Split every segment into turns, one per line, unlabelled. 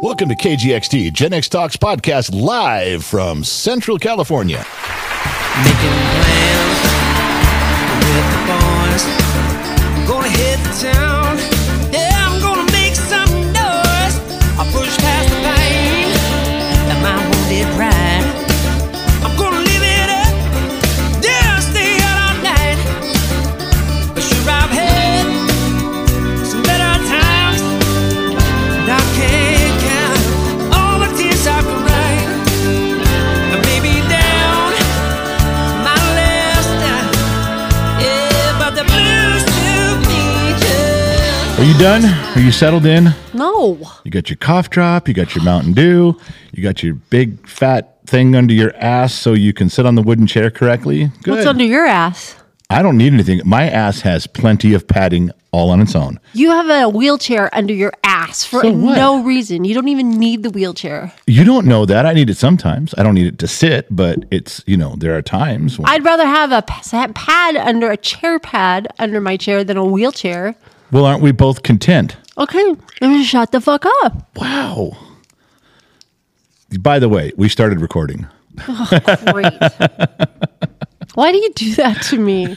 Welcome to KGXT, Gen X Talks podcast, live from Central California.
Making plans with the boys. I'm gonna hit town. Yeah, I'm gonna make some noise. I push past the pain and my wounded pride. I'm gonna live it up. Yeah, I'll stay out all night. But sure I've had some better times. And I can't count all the tears I've cried. And maybe down. My last night, yeah, but the blues took me just
Are you done? Are you settled in?
No.
You got your cough drop, you got your Mountain Dew, you got your big fat thing under your ass so you can sit on the wooden chair correctly. Good.
What's under your ass?
I don't need anything. My ass has plenty of padding all on its own.
You have a wheelchair under your ass for
So what?
no reason. You don't even need the wheelchair.
You don't know that. I need it sometimes. I don't need it to sit, but it's, you know, there are times when.
I'd rather have a pa- sa- pad under a chair pad under my chair than a wheelchair.
well, aren't we both content?
Okay, let me shut the fuck up.
Wow. By the way, we started recording.
Great. Why do you do that to me?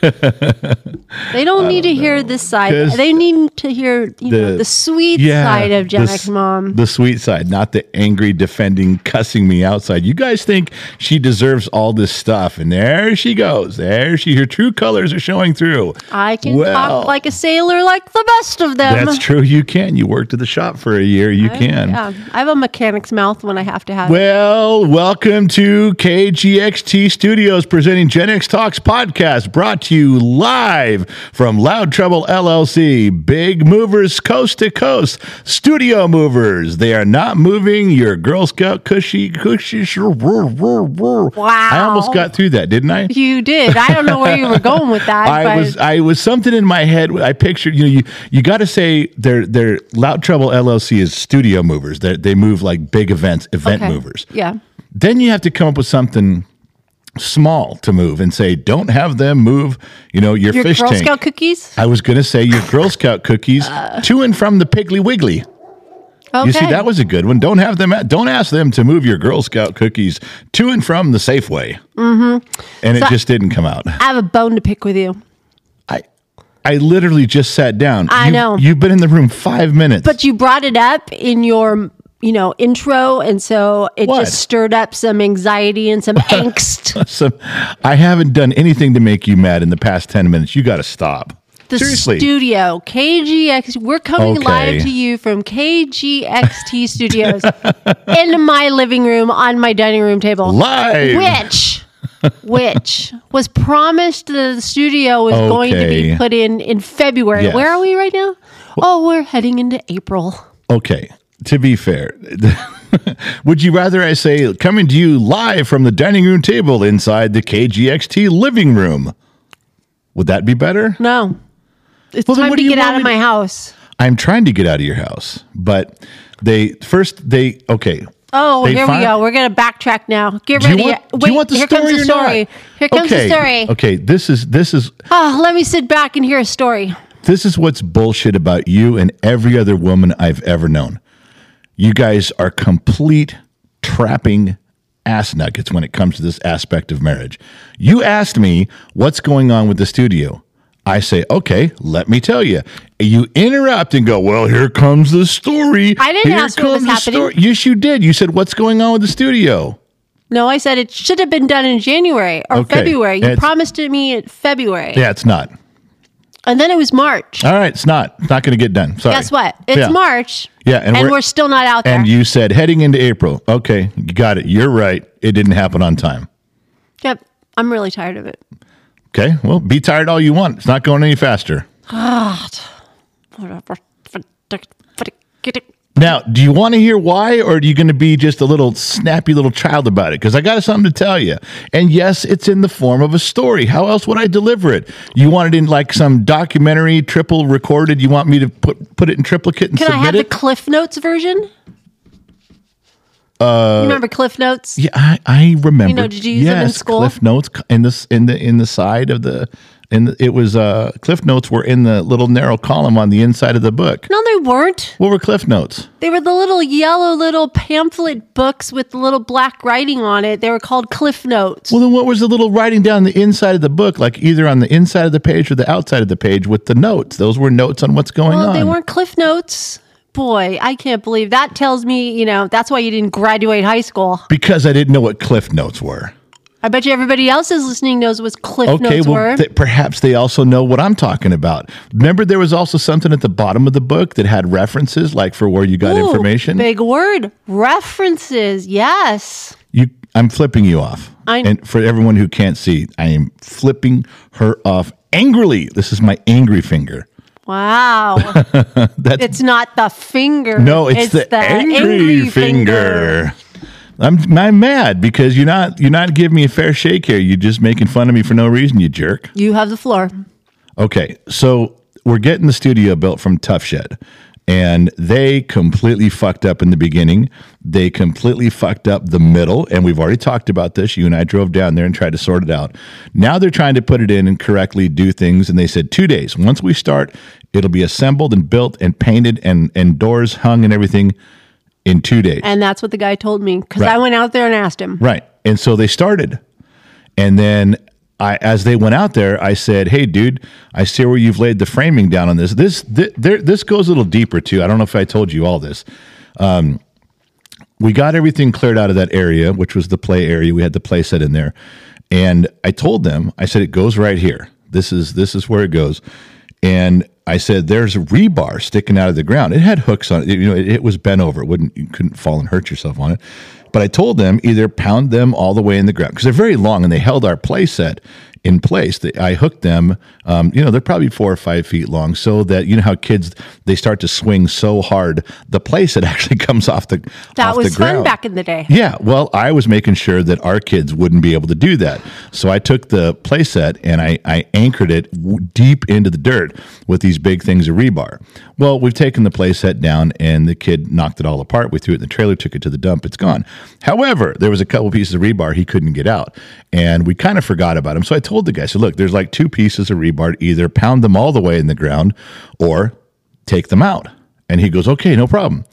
They don't need to hear this side.
'Cause
They need to hear you know,
the-
the sweet side of
the
Jack's
s-
mom.
The sweet side, not the angry, defending, cussing me outside. You guys think she deserves all this stuff, and there she goes. There she, her true colors are showing through.
I can
Well,
talk like a sailor, like the best of them.
that's true. You can. You worked at the shop for a year. You can.
Yeah, I have a mechanic's mouth when I have to have. it.
Well, welcome to KGXT Studios presenting Gen X Talks podcast brought to you live from Loud Trouble LLC. Big movers coast to coast, studio movers. They are not moving your Girl Scout cushy cushy. Wow. I almost got through that, didn't I?
You did. I don't know where you were going with that.
I
but
was I was something in my head. I pictured you know you you got to say they're they're Loud Trouble LLC is studio movers. They they move like big events, event
Okay.
movers
Yeah.
then you have to come up with something small to move and say, don't have them move, you know, your,
Your
fish
Girl
tank.
Scout cookies.
I was going to say your Girl Scout cookies to and from the Piggly Wiggly.
Okay.
You see, that was a good one. Don't have them. Don't ask them to move your Girl Scout cookies to and from the Safeway. Mm-hmm. And it
So-
just didn't come out.
I have a bone to pick with you,
I, I literally just sat down.
I
You've-
know.
You've been in the room five minutes.
but you brought it up in your you know intro, and so it
What?
just stirred up some anxiety and some angst.
so I haven't done anything to make you mad in the past 10 minutes. You got to stop.
The
Seriously.
studio KGX. We're coming
Okay.
live to you from KGXT Studios in my living room on my dining room table.
Live.
which which was promised that the studio was going to
Okay.
be put in in February.
Yes.
Where are we right now? oh, we're heading into April.
Okay, to be fair, would you rather I say coming to you live from the dining room table inside the KGXT living room? Would that be better?
No. It's
Well, then
time
what do
to
you
get out
want
of
me
my house.
I'm trying to get out of your house, but they first they okay.
Oh,
they
here
fin-
we go. We're going to backtrack now. Get
Do you,
ready.
want,
Wait,
do you want the
here
story
comes the
or
story.
not?
Here comes
okay.
the story.
Okay, this is this is
Oh, let me sit back and hear a story.
This is what's bullshit about you and every other woman I've ever known. You guys are complete trapping ass nuggets when it comes to this aspect of marriage. You asked me what's going on with the studio. I say, okay, let me tell you. You interrupt and go, well, here comes the story.
I didn't
Here
ask what was
comes the
happening.
story." Yes, you did. You said, what's going on with the studio?
No, I said it should have been done in January or
Okay.
February. You
It's-
promised it me in February.
Yeah, it's not.
And then it was March.
All right, it's not. It's not going to get done. Sorry.
Guess what? It's
Yeah.
March.
Yeah,
and, we're, still not out there.
And you said heading into April. Okay, you got it. You're right. It didn't happen on time.
Yep. I'm really tired of it.
Okay, well, be tired all you want. It's not going any faster. Now, do you want to hear why, or are you going to be just a little snappy little child about it? Because I got something to tell you. And yes, it's in the form of a story. How else would I deliver it? You want it in like some documentary, triple recorded? You want me to put put it in triplicate and
Can I
submit
have the
it?
Cliff Notes version? Uh, remember Cliff Notes?
yeah, I, I remember.
did you use them in
yes,
school?
Cliff notes in this in the in the side of the and it was uh, cliff notes were in the little narrow column on the inside of the book.
No, they weren't.
What were cliff notes?
They were the little yellow little pamphlet books with little black writing on it. They were called Cliff Notes.
Well, then what was the little writing down the inside of the book, like either on the inside of the page or the outside of the page with the notes? Those were notes on what's going
Well,
on.
they weren't Cliff Notes. Boy, I can't believe that tells me, you know, that's why you didn't graduate high school.
because I didn't know what cliff notes were.
I bet you everybody else is listening knows what Cliff
Okay,
Notes
well,
were.
th- perhaps they also know what I'm talking about. Remember, there was also something at the bottom of the book that had references, like for where you got
Ooh,
information.
Big word. References. Yes.
You, I'm flipping you off.
I-
and for everyone who can't see, I am flipping her off angrily. This is my angry finger.
Wow.
That's
it's not the finger.
no, it's, the, angry, finger. I'm, I'm mad because you're not you're not giving me a fair shake here. You're just making fun of me for no reason, you jerk.
You have the floor.
Okay, so we're getting the studio built from Tough Shed, and they completely fucked up in the beginning. They completely fucked up the middle, and we've already talked about this. You and I drove down there and tried to sort it out. Now they're trying to put it in and correctly do things, and they said two days. Once we start, it'll be assembled and built and painted and and doors hung and everything in two days.
And that's what the guy told me because
Right.
I went out there and asked him.
Right. And so they started. And then I as they went out there, I said, "Hey dude, I see where you've laid the framing down on this. This th- there this goes a little deeper too. I don't know if I told you all this. Um we got everything cleared out of that area, which was the play area. We had the play set in there. And I told them, I said it goes right here. This is this is where it goes. And I said, "There's rebar sticking out of the ground. It had hooks on it. You know, it, it was bent over. It wouldn't you couldn't fall and hurt yourself on it." But I told them either pound them all the way in the ground because they're very long and they held our play set in place. They, I hooked them. Um, you know, they're probably four or five feet long, so that you know how kids they start to swing so hard, the play set actually comes off the
That
off
was
the
fun
ground.
back in the day.
Yeah, well, I was making sure that our kids wouldn't be able to do that. So I took the playset and I, I anchored it w- deep into the dirt with these big things of rebar. Well, we've taken the playset down and the kid knocked it all apart. We threw it in the trailer, took it to the dump. It's gone. However, there was a couple pieces of rebar he couldn't get out, and we kind of forgot about him. So I told the guy, I said, "Look, there's like two pieces of rebar. Either pound them all the way in the ground, or take them out." And he goes, "Okay, no problem."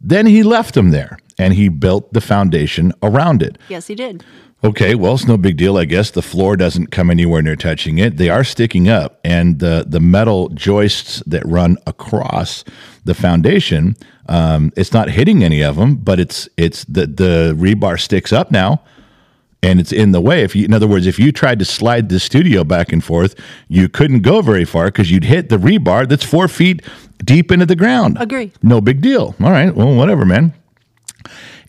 Then he left them there and he built the foundation around it.
Yes, he did.
Okay, well, it's no big deal, I guess. The floor doesn't come anywhere near touching it. They are sticking up, and the, the metal joists that run across the foundation, um, it's not hitting any of them, but it's it's the the rebar sticks up now, and it's in the way. If you, in other words, if you tried to slide the studio back and forth, you couldn't go very far because you'd hit the rebar that's four feet deep into the ground.
Agree.
No big deal. All right, well, whatever, man.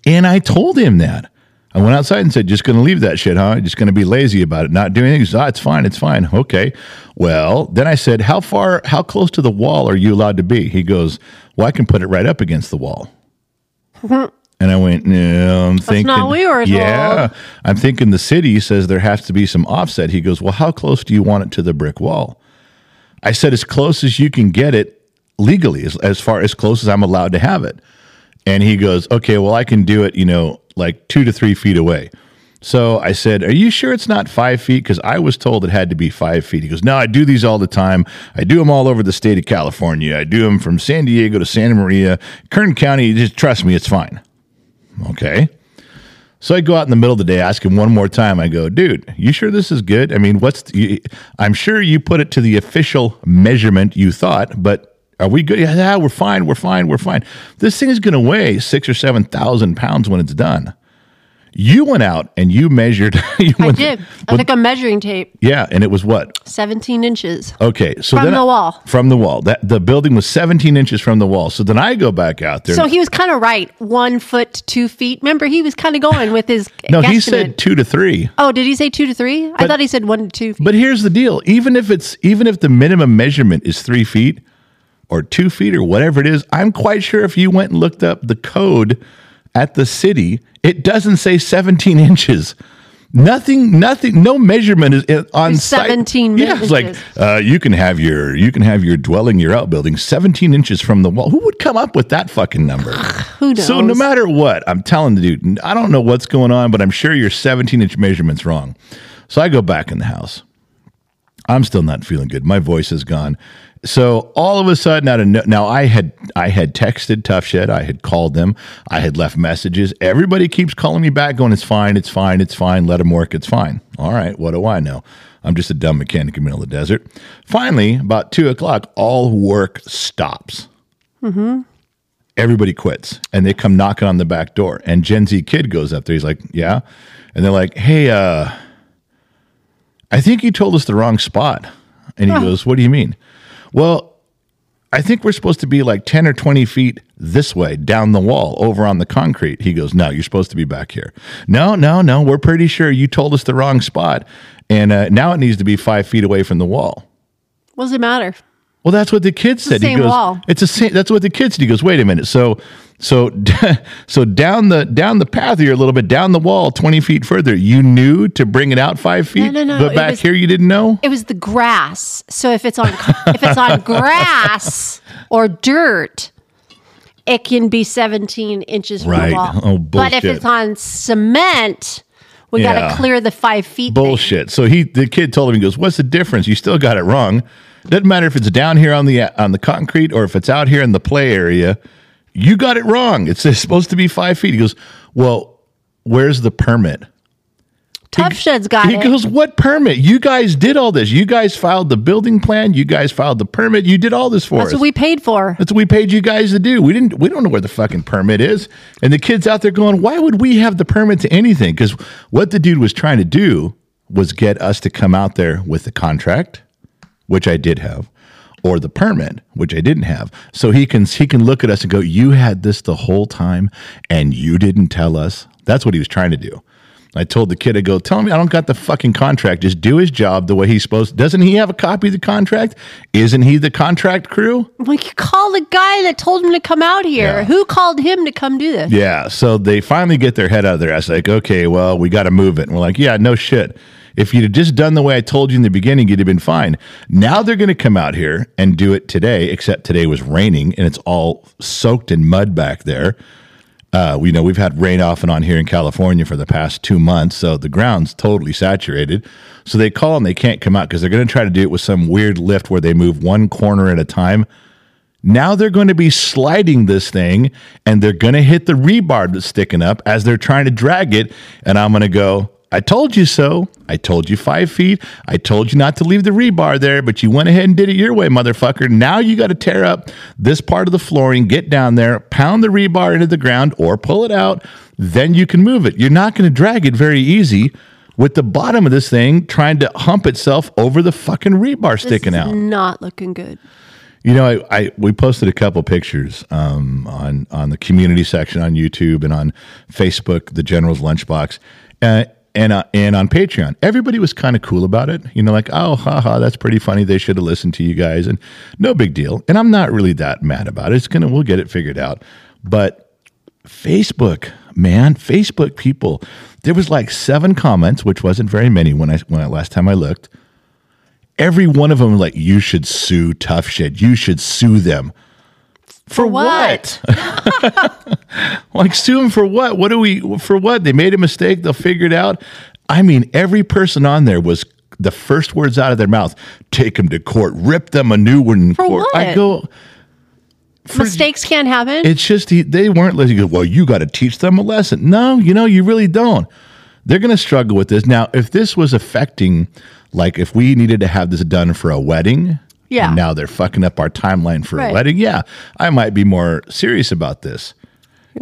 And I told him that. I went outside and said, just going to leave that shit, huh? Just going to be lazy about it, not doing anything. He says, ah, it's fine, it's fine. Okay. Well, then I said, how far, how close to the wall are you allowed to be? He goes, well, I can put it right up against the wall. And I went, no, I'm thinking.
not what we were
Yeah.
told."
I'm thinking the city says there has to be some offset. He goes, well, how close do you want it to the brick wall? I said, as close as you can get it legally, as, as far as close as I'm allowed to have it. And he goes, okay, well, I can do it, you know, like two to three feet away. So I said, are you sure it's not five feet? Because I was told it had to be five feet. He goes, no, I do these all the time. I do them all over the state of California. I do them from San Diego to Santa Maria, Kern County. Just trust me, it's fine. Okay. So I go out in the middle of the day, ask him one more time. I go, dude, you sure this is good? I mean, what's, you, I'm sure you put it to the official measurement you thought, but are we good? Yeah, yeah, we're fine. We're fine. We're fine. This thing is going to weigh six or 7,000 pounds when it's done. You went out and you measured. you
I
went-
did. I took a measuring tape,
yeah. And it was what?
17 inches.
Okay. So
From
then
the
I-
wall.
From the wall. That The building was 17 inches from the wall. So then I go back out there.
So he was kind of right. One foot to two feet. Remember, he was kind of going with his.
no, he
guesstimate.
said two to three.
Oh, did he say two to three? I
But-
thought he said one to two feet.
But here's the deal: even if it's even if the minimum measurement is three feet or two feet or whatever it is, I'm quite sure if you went and looked up the code at the city, it doesn't say 17 inches. Nothing, nothing, no measurement is in- on
There's
site.
17
Yeah, it's like
inches.
uh, you can have your you can have your dwelling, your outbuilding, 17 inches from the wall. Who would come up with that fucking number?
Who knows?
So no matter what, I'm telling the dude, I don't know what's going on, but I'm sure your 17 inch measurement's wrong. So I go back in the house I'm still not feeling good. My voice is gone. So all of a sudden, out of no, now I had I had texted Tough Shed, I had called them, I had left messages. Everybody keeps calling me back, going, "It's fine, it's fine, it's fine. Let them work, it's fine." All right, what do I know? I'm just a dumb mechanic in the middle of the desert. Finally, about two o'clock, all work stops everybody quits and they come knocking on the back door and gen z kid goes up there he's like yeah and they're like hey uh i think you told us the wrong spot and he goes what do you mean well i think we're supposed to be like 10 or 20 feet this way down the wall over on the concrete he goes no you're supposed to be back here no no no we're pretty sure you told us the wrong spot and uh, now it needs to be five feet away from the wall
What does it matter?
well, that's what the kid said.
the
he
same
goes,
wall.
It's a same. That's what the kid said. He goes, wait a minute. So, so, so down the down the path here a little bit, down the wall, twenty feet further. You knew to bring it out five feet,
no, no,
but
it
back
was-
here you didn't know.
It was the grass. So if it's on if it's on grass or dirt, it can be 17 inches from
Right.
the wall.
Oh,
But if
bullshit.
it's on cement, we got
Yeah.
to clear the five feet. thing.
Bullshit. So he, the kid told him, he goes, "What's the difference? You still got it wrong. Doesn't matter if it's down here on the on the concrete or if it's out here in the play area. You got it wrong. It's supposed to be five feet." He goes, "Well, where's the permit?"
Tough Shed's got
he
it.
goes, What permit? You guys did all this. You guys filed the building plan. You guys filed the permit. You did all this for
That's
us.
what we paid for.
That's what we paid you guys to do. We didn't we don't know where the fucking permit is. And the kids out there going, Why would we have the permit to anything? Because what the dude was trying to do was get us to come out there with the contract, which I did have, or the permit, which I didn't have. So he can he can look at us and go, You had this the whole time and you didn't tell us. That's what he was trying to do. I told the kid, I go, tell me I don't got the fucking contract. Just do his job the way he's supposed. Doesn't he have a copy of the contract? Isn't he the contract crew?
We could call the guy that told him to come out here.
Yeah.
Who called him to come do this?
Yeah. So they finally get their head out of their ass. Like, okay, well, we got to move it. And we're like, yeah, no shit. If you'd have just done the way I told you in the beginning, you'd have been fine. Now they're going to come out here and do it today, except today was raining and it's all soaked in mud back there. Uh, we know we've had rain off and on here in California for the past two months, so the ground's totally saturated. So they call and they can't come out because they're going to try to do it with some weird lift where they move one corner at a time. Now they're going to be sliding this thing and they're going to hit the rebar that's sticking up as they're trying to drag it. And I'm going to go, I told you so. I told you five feet. I told you not to leave the rebar there, but you went ahead and did it your way, motherfucker. Now you got to tear up this part of the flooring, get down there, pound the rebar into the ground or pull it out. Then you can move it. You're not going to drag it very easy with the bottom of this thing trying to hump itself over the fucking rebar
This
sticking
is
out.
Not looking good.
You know, I, I we posted a couple pictures um, on on the community section on YouTube and on Facebook, the General's Lunchbox, uh, and uh, and on Patreon. Everybody was kind of cool about it. You know, like, oh, haha, that's pretty funny. They should have listened to you guys, and no big deal. And I'm not really that mad about it. It's gonna we'll get it figured out. But Facebook, man, Facebook people. There was like seven comments, which wasn't very many when I when I last time I looked. Every one of them like you should sue tough shit. You should sue them. For
what?
like sue them for what? What do we for what? They made a mistake, they'll figure it out. I mean, every person on there was the first words out of their mouth, take them to court, rip them a new one in
For
court. I
what?
go,
Mistakes can't happen.
It's just he, they weren't listening. He goes, Well, you got to teach them a lesson. No, you know, you really don't. They're going to struggle with this. Now, if this was affecting, like, if we needed to have this done for a wedding,
Yeah.
and now they're fucking up our timeline for a
Right.
wedding, yeah, I might be more serious about this.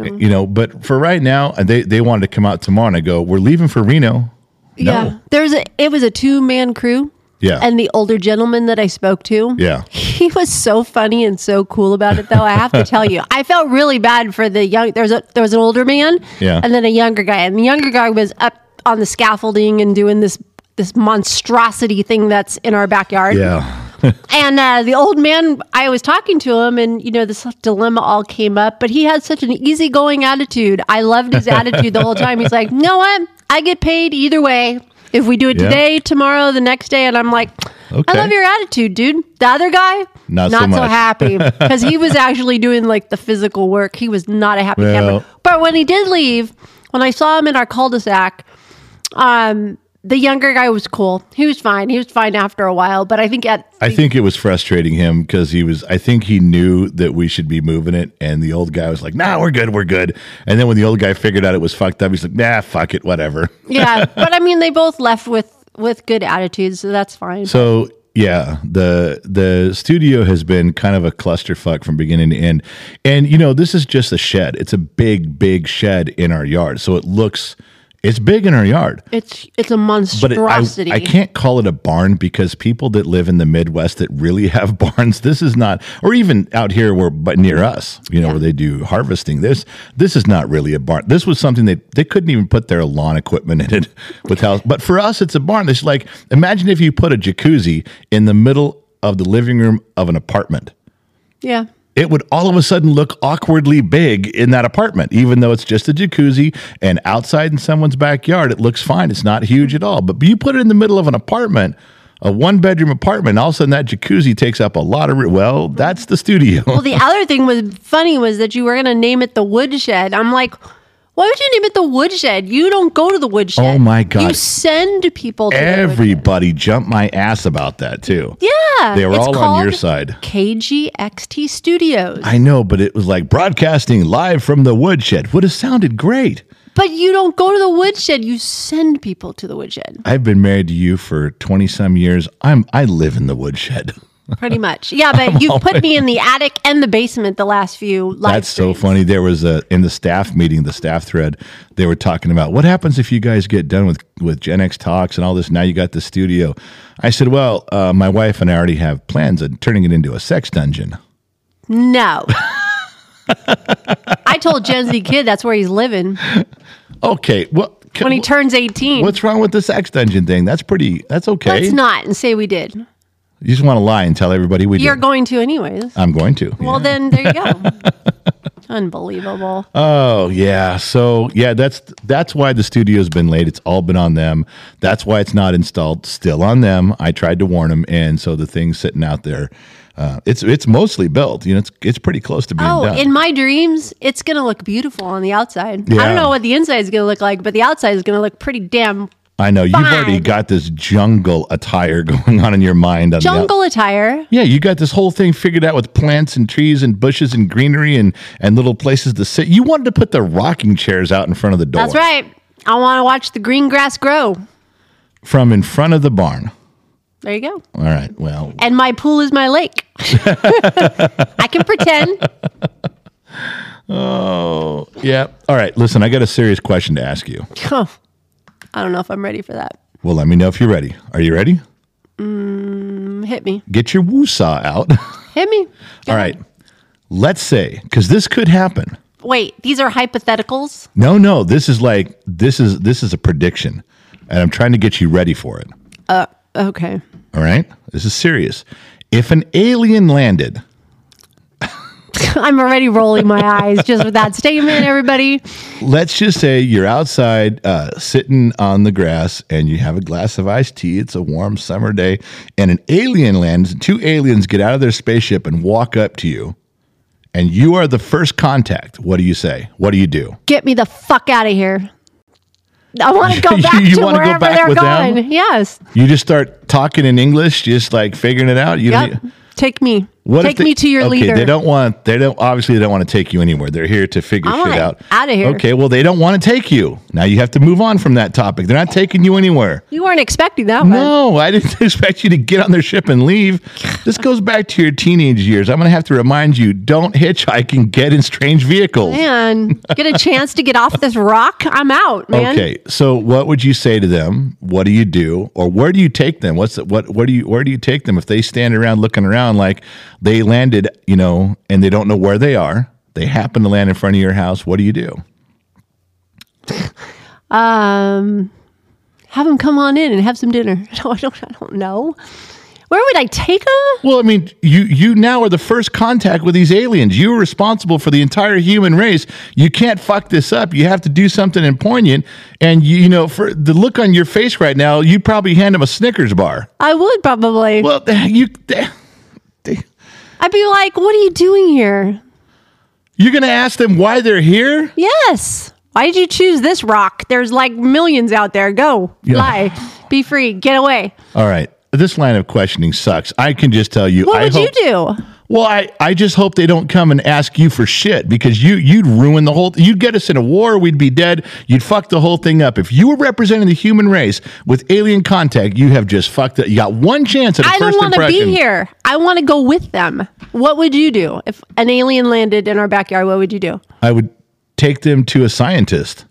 You know, but for right now, and they, they wanted to come out tomorrow and I go, We're leaving for Reno.
Yeah.
No.
There's a it was a two man crew.
Yeah.
And the older gentleman that I spoke to.
Yeah.
He was so funny and so cool about it though. I have to tell you. I felt really bad for the young there's a there was an older man
Yeah.
and then a younger guy. And the younger guy was up on the scaffolding and doing this this monstrosity thing that's in our backyard.
Yeah.
And uh, the old man, I was talking to him, and you know this dilemma all came up. But he had such an easygoing attitude. I loved his attitude the whole time. He's like, "You know what? I get paid either way. If we do it
Yeah.
today, tomorrow, the next day." And I'm like, "I
Okay.
love your attitude, dude." The other guy,
Not so much.
happy because he was actually doing like the physical work. He was not a happy
Well-
camper. But when he did leave, when I saw him in our cul-de-sac, um, the younger guy was cool. He was fine. He was fine after a while, but I think at
I think it was frustrating him because he was. I think he knew that we should be moving it, and the old guy was like, "Nah, we're good, we're good." And then when the old guy figured out it was fucked up, he's like, "Nah, fuck it, whatever."
yeah, but I mean they both left with with good attitudes, so that's fine.
So yeah, the the studio has been kind of a clusterfuck from beginning to end, and you know this is just a shed. It's a big, big shed in our yard, so it looks it's big in our yard.
it's it's a
But it, I,
monstrosity.
I can't call it a barn because people that live in the Midwest that really have barns, this is not, or even out here where but near us, you know, where they do harvesting. This this is not really a barn. This was something that they couldn't even put their lawn equipment in it with house. But for us, it's a barn. It's like imagine if you put a jacuzzi in the middle of the living room of an apartment.
yeah.
It would all of a sudden look awkwardly big in that apartment, even though it's just a jacuzzi and outside in someone's backyard. It looks fine. It's not huge at all. But you put it in the middle of an apartment, a one bedroom apartment, all of a sudden that jacuzzi takes up a lot of room. Well, that's the studio.
Well, the other thing was funny was that you were gonna name it the woodshed. I'm like, why would you name it the woodshed? You don't go to the woodshed.
Oh, my God.
You send people to the woodshed.
Everybody jumped my ass about that, too.
Yeah,
They were
it's
all on your
called
side.
KGXT Studios.
I know, but it was like broadcasting live from the woodshed would have sounded great.
But you don't go to the woodshed. You send people to the woodshed,
I've been married to you for 20 some years. I'm I live in the woodshed.
pretty much. Yeah, but you put me in the attic and the basement the last few live
That's so
streams.
funny. There was a in the staff meeting, the staff thread, they were talking about what happens if you guys get done with with Gen X talks and all this. Now you got the studio. I said, well, uh, my wife and I already have plans on turning it into a sex dungeon.
No. I told Gen Z kid that's where he's living
Okay, well, c-
when he turns 18.
what's wrong with the sex dungeon thing? That's pretty. That's okay.
Let's not and say we did.
you just want to lie and tell everybody we
You're
did.
going to, anyways.
I'm going to.
Well,
yeah.
then there you go. Unbelievable.
Oh yeah. So yeah, that's that's why the studio's been late. It's all been on them. That's why it's not installed. Still on them. I tried to warn them, and so the thing's sitting out there. Uh, it's it's mostly built. You know, it's it's pretty close to being
oh,
done.
in my dreams, it's going to look beautiful on the outside. I
Yeah.
don't know what the inside is going to look like, but the outside is going to look pretty damn
I know you've already
fine.
got this jungle attire going on in your mind. On the out-
jungle attire.
yeah, you got this whole thing figured out with plants and trees and bushes and greenery and and little places to sit. You wanted to put the rocking chairs out in front of the door.
That's right. I want to watch the green grass grow.
From in front of the barn.
There you go.
All right. Well,
And my pool is my lake. I can pretend.
Yeah. All right. Listen, I got a serious question to ask you.
Huh. I don't know if I'm ready for that.
Well, let me know if you're ready. Are you ready?
Hit me.
Get your woosah out.
Hit me.
All right. Let's say, because this could happen.
Wait, these are hypotheticals.
No, no. This is like this is this is a prediction, and I'm trying to get you ready for it.
Okay.
All right. This is serious. If an alien landed,
I'm already rolling my eyes just with that statement, everybody.
let's just say you're outside uh, sitting on the grass and you have a glass of iced tea. It's a warm summer day, and an alien lands. Two aliens get out of their spaceship and walk up to you, and you are the first contact. What do you say? What do you do?
Get me the fuck out of here. I want to go
You-
back
you
to
wanna go
wherever
back
they're
with them?
going. Yes.
You just start talking in English, just like figuring it out. You e-,
Yep. Take me.
What if
Take
they-
me to your
okay,
leader.
They don't want. They don't. Obviously, they don't want to take you anywhere. They're here to figure
I
shit
want
out.
outta here.
Okay. Well, they don't want to take you. Now you have to move on from that topic. They're not taking you anywhere.
you weren't expecting that one.
No, I didn't expect you to get on their ship and leave. This goes back to your teenage years. I'm going to have to remind you don't hitchhike and get in strange vehicles.
Man, get a chance to get off this rock. I'm out, man.
Okay, so what would you say to them? What do you do, or where do you take them? What's the, what? Where do you where do you take them if they stand around looking around like they landed, you know, and they don't know where they are? They happen to land in front of your house. What do you do?
Um, have them come on in and have some dinner. No, I don't. I don't know. Where would I take them?
Well, I mean, you you now are the first contact with these aliens. You're responsible for the entire human race. You can't fuck this up. You have to do something and poignant. And you, you know, for the look on your face right now, you probably hand them a Snickers bar.
I would probably.
Well, you
I'd be like, "What are you doing here?"
you're gonna ask them why they're here.
Yes. Why did you choose this rock? There's like millions out there. Go,
Yeah.
fly, be free, get away.
All right. This line of questioning sucks. I can just tell you.
What
I
would
hope,
you do?
Well, I, I just hope they don't come and ask you for shit because you you'd ruin the whole. You'd get us in a war. We'd be dead. You'd fuck the whole thing up. If you were representing the human race with alien contact, you have just fucked it. You got one chance at a
I don't
first
want to
impression.
be here. I want to go with them. What would you do if an alien landed in our backyard? What would you do?
I would take them to a scientist,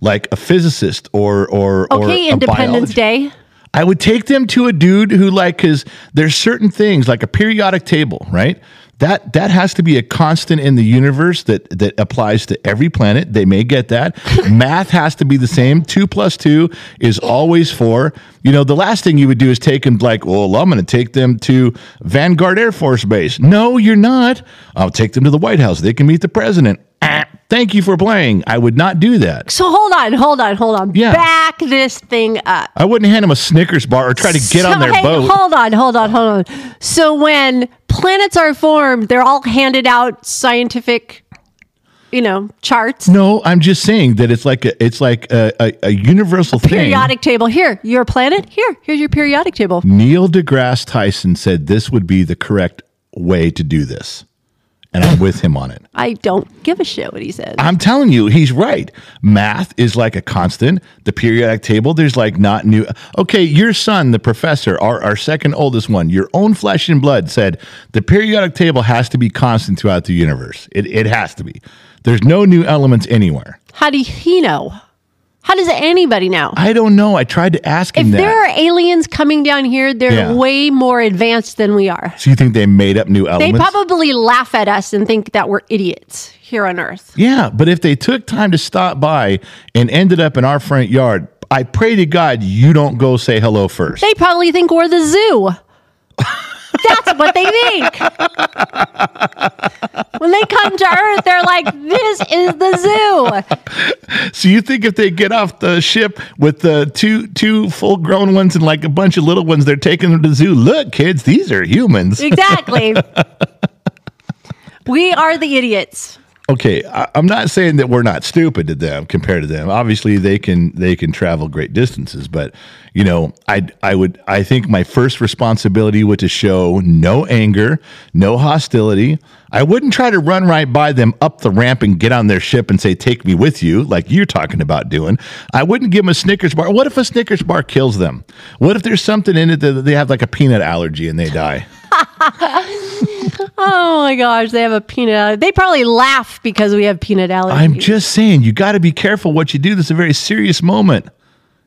like a physicist or or or
Okay,
a
Independence
biologist.
Day.
I would take them to a dude who like because there's certain things like a periodic table, right? That that has to be a constant in the universe that that applies to every planet. They may get that. Math has to be the same. Two plus two is always four. You know, the last thing you would do is take them like, well, I'm going to take them to Vanguard Air Force Base. No, you're not. I'll take them to the White House. They can meet the president. Ah, Thank you for playing. I would not do that.
So hold on, hold on, hold on.
Yeah.
Back this thing up.
I wouldn't hand them a Snickers bar or try to get on
So
their
hang-
boat.
Hold on, hold on, hold on. So when planets are formed, they're all handed out scientific, you know, charts.
No, I'm just saying that it's like a, it's like a, a, a universal thing.
Periodic table. Here, your planet. Here, here's your periodic table.
Neil deGrasse Tyson said this would be the correct way to do this, and I'm with him on it.
I don't give a shit what he says.
I'm telling you, he's right. Math is like a constant. The periodic table, there's like not new. Okay, your son, the professor, our, our second oldest one, your own flesh and blood, said the periodic table has to be constant throughout the universe. It, it has to be. There's no new elements anywhere.
How do he know? How does anybody know?
I don't know. I tried to ask him
If
that.
there are aliens coming down here, they're
Yeah.
way more advanced than we are.
so you think they made up new
They
elements?
probably laugh at us and think that we're idiots here on Earth.
Yeah, but if they took time to stop by and ended up in our front yard, I pray to God you don't go say hello first.
They probably think we're the zoo. That's what they think. when they come to Earth, they're like, this is the zoo.
So you think if they get off the ship with the two two full grown ones and like a bunch of little ones, they're taking them to the zoo. Look, kids, these are humans.
Exactly. we are the idiots.
Okay, I, I'm not saying that we're not stupid to them compared to them. Obviously, they can they can travel great distances, but you know, I I would I think my first responsibility would to show no anger, no hostility. I wouldn't try to run right by them up the ramp and get on their ship and say take me with you like you're talking about doing. I wouldn't give them a Snickers bar. What if a Snickers bar kills them? What if there's something in it that they have like a peanut allergy and they die?
Oh my gosh, they have a peanut. aller- They probably laugh because we have peanut allergies.
I'm just saying, you got to be careful what you do. This is a very serious moment.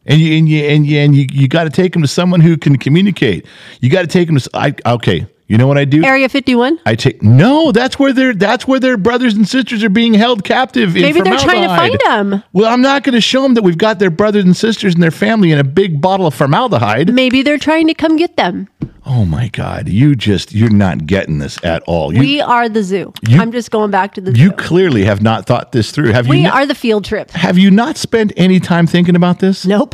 And you and you and you, and you, you got to take them to someone who can communicate. You got to take them to. s- I okay. You know what I do?
Area 51?
I take no. That's where their that's where their brothers and sisters are being held captive. in
Maybe they're trying to
formaldehyde.
find 'em.
Well, I'm not going to show them that we've got their brothers and sisters and their family in a big bottle of formaldehyde.
Maybe they're trying to come get them.
Oh my God! You just you're not getting this at all. You
we are the zoo.
you-
I'm just going back to the
you
zoo.
clearly have not thought this through. Have
We
you? not-
are the field trip.
have you not spent any time thinking about this?
Nope.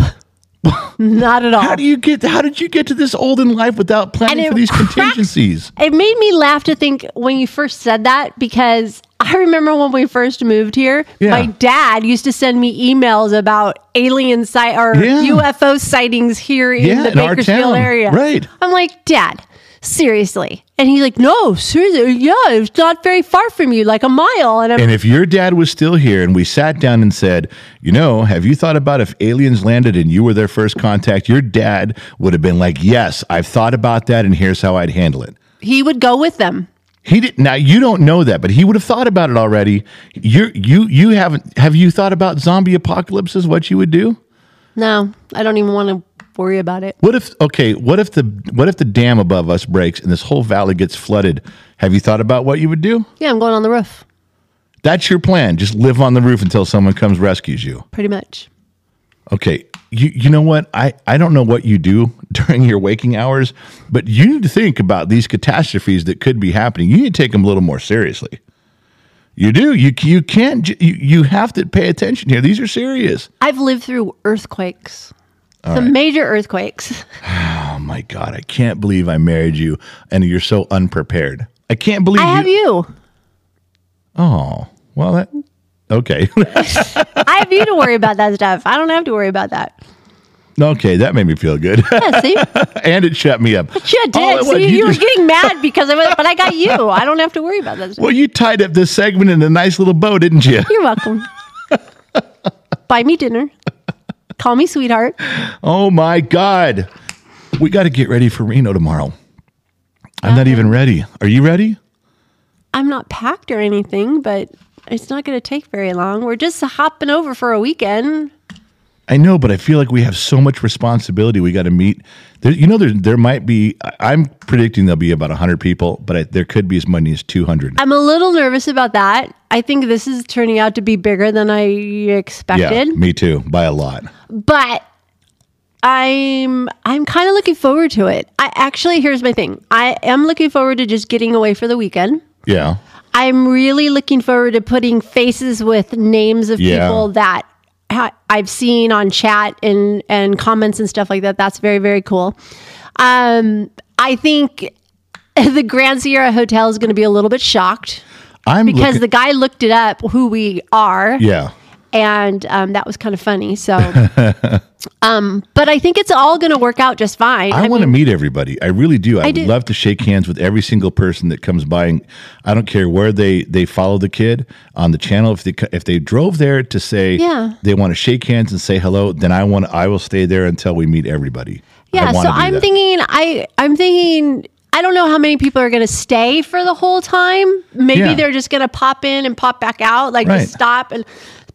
Not at all.
How do you get? How did you get to this old in life without
Oh. And
planning
it
for these
cracks-
contingencies?
It made me laugh to think when you first said that because I remember when we first moved here,
Yeah.
my dad used to send me emails about alien sight or
Yeah.
UFO sightings here in
Yeah,
the
in our
Bakersfield
town.
area.
Right.
I'm like, Dad, seriously. And he's like, No, seriously. Yeah, it's not very far from you, like a mile. And I'm
And if your dad was still here and we sat down and said, you know, have you thought about if aliens landed and you were their first contact? Your dad would have been like, yes, I've thought about that, and here's how I'd handle it.
he would go with them.
He did now. You don't know that, but he would have thought about it already. You you you haven't. Have you thought about zombie apocalypses? What you would do?
No, I don't even want to worry about it.
What if okay? What if the what if the dam above us breaks and this whole valley gets flooded? Have you thought about what you would do?
Yeah, I'm going on the roof,
That's your plan. Just live on the roof until someone comes rescues you.
pretty much.
Okay. You you know what? I I don't know what you do during your waking hours, but you need to think about these catastrophes that could be happening. You need to take them a little more seriously. You do. You you can't j- you, you have to pay attention here. These are serious.
I've lived through earthquakes. Some major earthquakes.
Oh my god, I can't believe I married you and you're so unprepared. I can't believe
I have you.
Oh. Well, that Okay.
I I have you to worry about that stuff. I don't have to worry about that.
Okay, that made me feel good.
Yeah, see?
and it shut me up.
Yeah, it did.
All it was,
see, you, were
just-
getting mad because I was, but I got you. I don't have to worry about that stuff.
Well, you tied up this segment in a nice little bow, didn't you?
You're welcome. Buy me dinner. Call me sweetheart.
Oh my God. We got to get ready for Reno tomorrow. I'm not even ready. Are you ready?
I'm not packed or anything, but it's not going to take very long. We're just hopping over for a weekend.
I know, but I feel like we have so much responsibility. We got to meet. There, you know, there there might be. I- I'm predicting there'll be about 100 people, but I, there could be as many as 200.
I'm a little nervous about that. I think this is turning out to be bigger than I
yeah,
expected,
me too, by a lot.
but I'm I'm kind of looking forward to it. I actually here's my thing. I am looking forward to just getting away for the weekend.
Yeah,
I'm really looking forward to putting faces with names of
Yeah.
people that ha- I've seen on chat and and comments and stuff like that. That's very very cool. Um, I think the Grand Sierra Hotel is going to be a little bit shocked
I'm
because
looking-
the guy looked it up who we are
yeah.
and um, that was kind of funny. So, um, but I think it's all going to work out just fine.
I,
I
want to
mean,
meet everybody. I really do. I, would
do.
love to shake hands with every single person that comes by. And I don't care where they they follow the kid on the channel. If they co- if they drove there to say
Yeah.
they want to shake hands and say hello, then I want I will stay there until we meet everybody.
yeah.
I
So
wanna do
I'm
that.
thinking, I I'm thinking, I don't know how many people are going to stay for the whole time. Maybe
Yeah.
they're just going to pop in and pop back out, like
Right.
just stop and.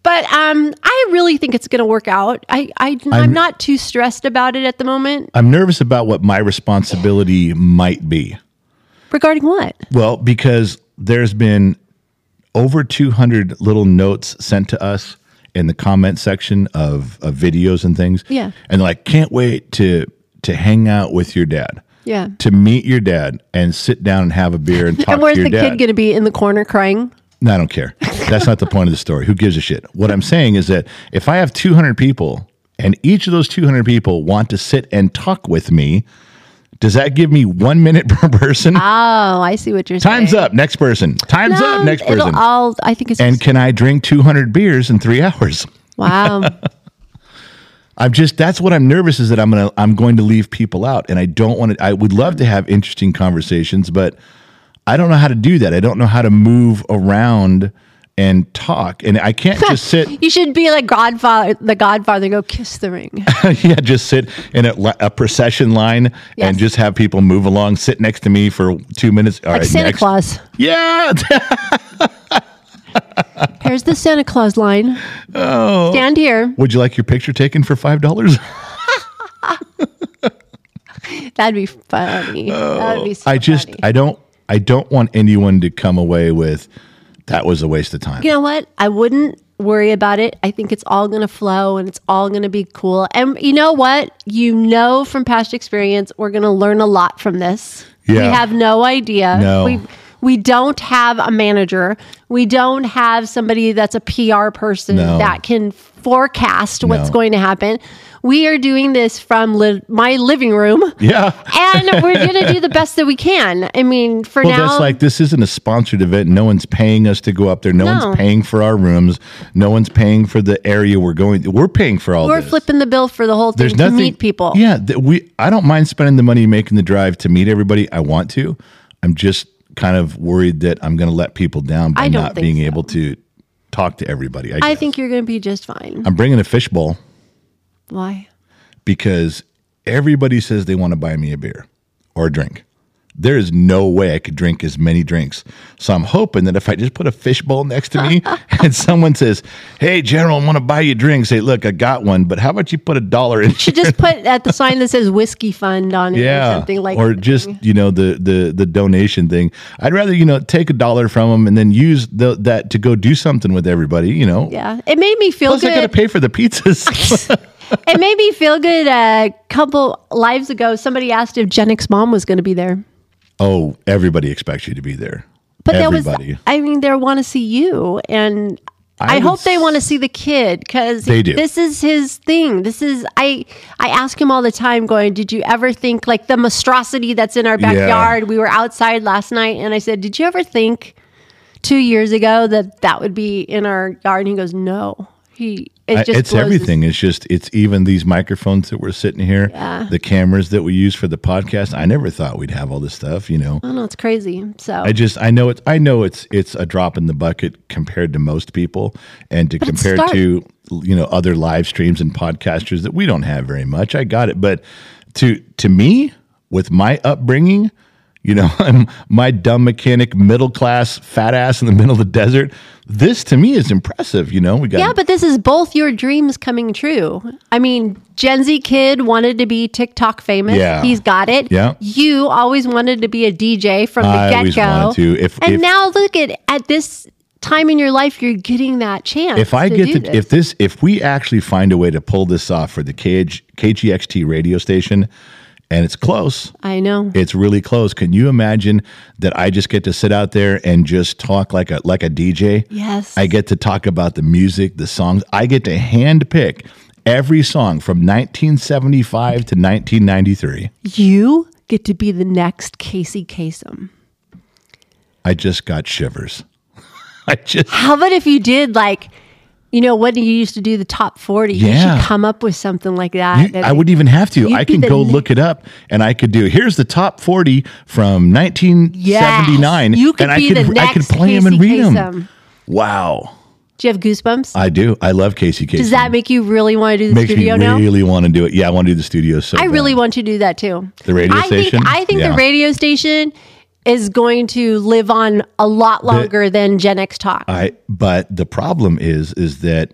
But um, I really think it's going to work out. I, I I'm not too stressed about it at the moment.
I'm nervous about what my responsibility might be.
Regarding what?
Well, because there's been over 200 little notes sent to us in the comment section of, of videos and things.
Yeah.
And like, can't wait to to hang out with your dad.
Yeah.
To meet your dad and sit down and have a beer and talk
And where's
to your
the
dad.
kid going to be in the corner crying?
No, I don't care. That's not the point of the story. Who gives a shit? What I'm saying is that if I have 200 people and each of those 200 people want to sit and talk with me, does that give me one minute per person?
Oh, I see what you're saying.
Time's up. Next person. Time's
No,
up. Next
it'll
person.
all- I think it's
and can I drink 200 beers in three hours?
wow.
I'm just that's what I'm nervous is that I'm gonna I'm going to leave people out, and I don't want to. I would love to have interesting conversations, but I don't know how to do that. I don't know how to move around and talk, and I can't just sit.
You should be like Godfather, the Godfather. Go kiss the ring.
yeah, just sit in a, li- a procession line
Yes.
and just have people move along. Sit next to me for two minutes. All right,
Like Santa
next.
Claus.
Yeah.
Here's the Santa Claus line. Oh. Stand here.
would you like your picture taken for five dollars?
That'd be funny. That'd be so
Oh. I just
funny.
I don't I don't want anyone to come away with that was a waste of time.
you know what? I wouldn't worry about it. I think it's all going to flow and it's all going to be cool. And you know what? You know from past experience, we're going to learn a lot from this. We
Yeah.
have no idea.
No.
We we don't have a manager. We don't have somebody that's a PR person
No.
that can forecast what's
No.
going to happen. We are doing this from li- my living room.
Yeah.
And we're going to do the best that we can. I mean, for
Well,
now,
that's like this isn't a sponsored event. No one's paying us to go up there. No,
No.
one's paying for our rooms. No one's paying for the area we're going. We're paying for all
we're
this.
flipping the bill for the whole thing
There's
to
nothing.
meet people.
Yeah, th- we. I don't mind spending the money making the drive to meet everybody. I want to. I'm just kind of worried that I'm going to let people down by
I don't
not
think
being
so.
able to talk to everybody. I,
I
guess.
think you're going to be just fine.
I'm bringing a fishbowl.
Why?
because everybody says they want to buy me a beer or a drink. There is no way I could drink as many drinks. So I'm hoping that if I just put a fishbowl next to me and someone says, Hey, General, I want to buy you drinks, say, Look, I got one, but how about you put a dollar in?
Should just put at the sign that says whiskey fund on it or something like
or just you know the the the donation thing. I'd rather you know take a dollar from them and then use the, that to go do something with everybody. You know,
yeah. It made me feel
plus I got to
good.
pay for the pizzas.
it made me feel good. A couple lives ago, somebody asked if Jenix mom was going to be there.
oh, everybody expects you to be there.
But
everybody.
that was, I mean, they want to see you, and I,
would
hope they want to see the kid because
They do.
This is his thing. This is I. I ask him all the time, going, "Did you ever think like the monstrosity that's in our backyard?" We were outside last night, and I said, "Did you ever think two years ago that that would be in our yard?" And he goes, "No." He It
I-
just
it's
blows us-
everything. It's just it's even these microphones that we're sitting here, the cameras that we use for the podcast. I never thought we'd have all this stuff, you know.
I don't know. It's crazy. So
I just I know it's I know it's it's a drop in the bucket compared to most people and to
it's
compare
start.
to you know other live streams and podcasters that we don't have very much. I got it, but to to me with my upbringing, you know, I'm my dumb mechanic, middle class, fat ass in the middle of the desert. This to me is impressive. You know, we got
yeah, but this is both your dreams coming true. I mean, Gen Z kid wanted to be TikTok famous.
Yeah.
He's got it.
Yeah.
You always wanted to be a DJ from the
I always
get go.
wanted to. If-
and
if-
now look at at this time in your life, you're getting that chance.
if I
to
get
do
to,
this.
if this if we actually find a way to pull this off for the KH, KGXT radio station, and it's close,
I know.
it's really close. Can you imagine that I just get to sit out there and just talk like a like a DJ?
Yes.
I get to talk about the music, the songs. I get to hand pick every song from 1975 to 1993.
you get to be the next Casey Kasem.
I just got shivers. I just
How about if you did like, you know, when you used to do the top forty, you
Yeah.
should come up with something like that.
You-
that
I wouldn't even have to.
You'd
I
be
can
the
go
ne-
look it up and I could do here's the top 40 from 1979
Yes. You could
and
be
I could
the
I could
next
play them and
Casey
read them.
Kasem.
Wow.
Do you have goosebumps?
I do. I love Casey Kasem.
Does that make you really want to do the
makes me
studio now?
really want to do it. Yeah, I want to do the studio so
I
bad.
really want to do that too.
The radio
I think-
station?
I think
Yeah.
the radio station is going to live on a lot longer than Gen X Talk.
I but the problem is is that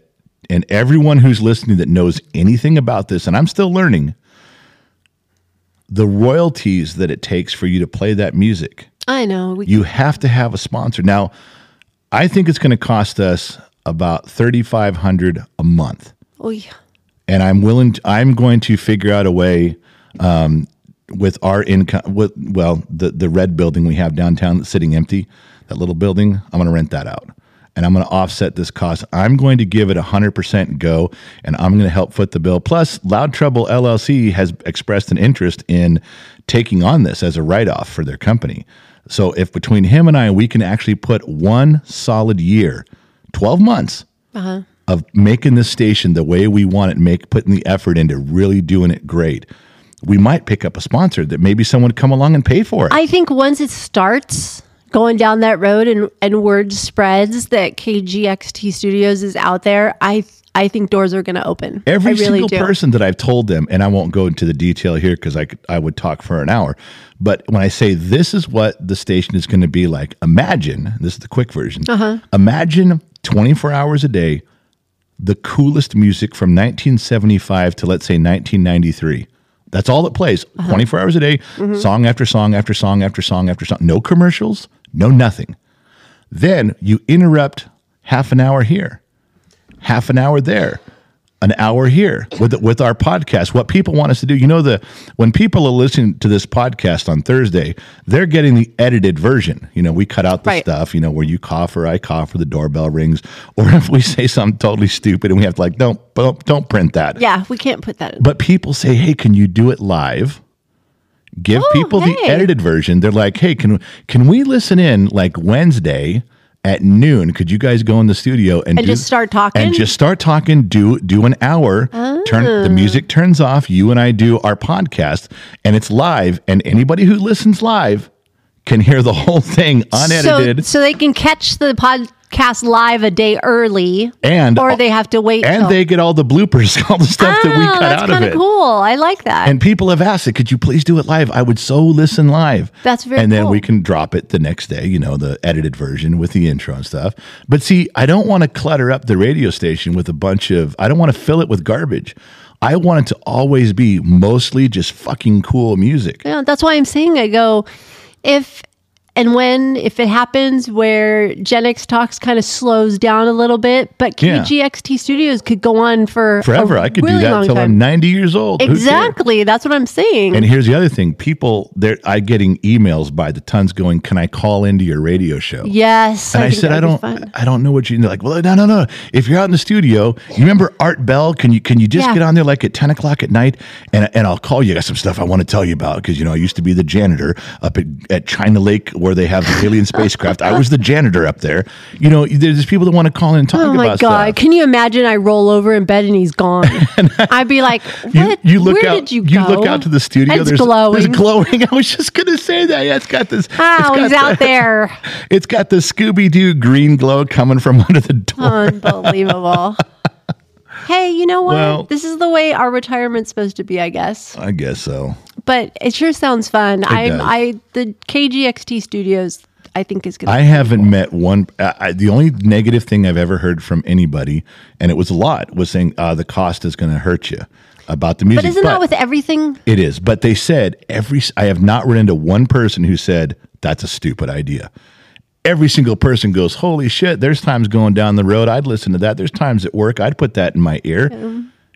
and everyone who's listening that knows anything about this and I'm still learning the royalties that it takes for you to play that music.
I know. We,
you have to have a sponsor. Now, I think it's going to cost us about 3500 a month.
oh, yeah.
And I'm willing to, I'm going to figure out a way um, with our income with well, the the red building we have downtown that's sitting empty, that little building, I'm going to rent that out. And I'm going to offset this cost. I'm going to give it 100% go and I'm going to help foot the bill. Plus, Loud Trouble LLC has expressed an interest in taking on this as a write off for their company. So, if between him and I, we can actually put one solid year, 12 months, of making this station the way we want it, make putting the effort into really doing it great, we might pick up a sponsor that maybe someone would come along and pay for it.
I think once it starts going down that road and, and word spreads that KGXT Studios is out there, I I think doors are going to open.
Every
I really
single
do.
person that I've told them, and I won't go into the detail here because I, could- I would talk for an hour, but when I say this is what the station is going to be like, imagine this is the quick version.
Uh-huh.
Imagine 24 hours a day, the coolest music from 1975 to let's say 1993. That's all it plays
Uh-huh.
24 hours a day,
Mm-hmm.
song after song after song after song after song. No commercials, no nothing. Then you interrupt half an hour here, half an hour there, an hour here with with our podcast. What people want us to do, you know, the when people are listening to this podcast on Thursday, they're getting the edited version. You know, we cut out the
Right.
stuff. You know, where you cough or I cough or the doorbell rings, or if we say something totally stupid and we have to like, don't don't, don't print that.
Yeah, we can't put that in.
But people say, "Hey, can you do it live?" Give
Oh,
people the
hey.
edited version. They're like, "Hey, can can we listen in like Wednesday at noon? Could you guys go in the studio and,
And
do-
just start talking?
and just start talking? Do do an hour. Turn the
Oh.
music turns off. You and I do our podcast, and it's live. And anybody who listens live can hear the whole thing unedited.
So, so they can catch the podcast live a day early,
And-
or they have to wait.
and
till-
they get all the bloopers, all the stuff that we
Oh,
cut
that's
out of
kinda
it.
cool. I like that.
And people have asked it, could you please do it live? I would so listen live.
That's very
And then
cool.
we can drop it the next day, you know, the edited version with the intro and stuff. But see, I don't want to clutter up the radio station with a bunch of I don't want to fill it with garbage. I want it to always be mostly just fucking cool music.
yeah, that's why I'm saying I go if and when if it happens where Gen X Talks kind of slows down a little bit, but
Yeah.
KGXT Studios could go on for
Forever.
I
I could do that until I'm 90 years old. Who cares?
Exactly. That's what I'm saying.
And here's the other thing. People there I getting emails by the tons going, "Can I call into your radio show?"
yes.
And I,
think
said,
that
I
would be
don't,
fun.
I don't know what you and they're like. Well, no, no, no. If you're out in the studio, you remember Art Bell? Can you, can you just
Yeah.
get on there like at ten o'clock at night, and and I'll call you. I got some stuff I want to tell you about because you know I used to be the janitor up at, at China Lake where where they have the alien spacecraft. I was the janitor up there. You know, there's people that want to call in and talk
Oh
about
my god!
stuff.
Can you imagine? I roll over in bed and he's gone. I'd be like,
You,
"What?
you look
Where
out.
did you, go?
look out to the studio.
And It's
there's
glowing.
There's glowing. I was just gonna say that. Yeah, it's got this.
oh,
it's
he's
got
out
the-
there.
It's got the Scooby Doo green glow coming from under the door.
Unbelievable. hey, you know what?
Well-
this is the way our retirement's supposed to be, I guess.
I guess so.
But it sure sounds fun. I,
does.
I, the KGXT Studios, I think is gonna.
I haven't met one. I, I- the only negative thing I've ever heard from anybody, and it was a lot, was saying uh, the cost is going to hurt you about the music.
but isn't that with everything?
it is? But they said every. s- I have not run into one person who said that's a stupid idea. Every single person goes, "Holy shit!" There's times going down the road, I'd listen to that. There's times at work, I'd put that in my ear.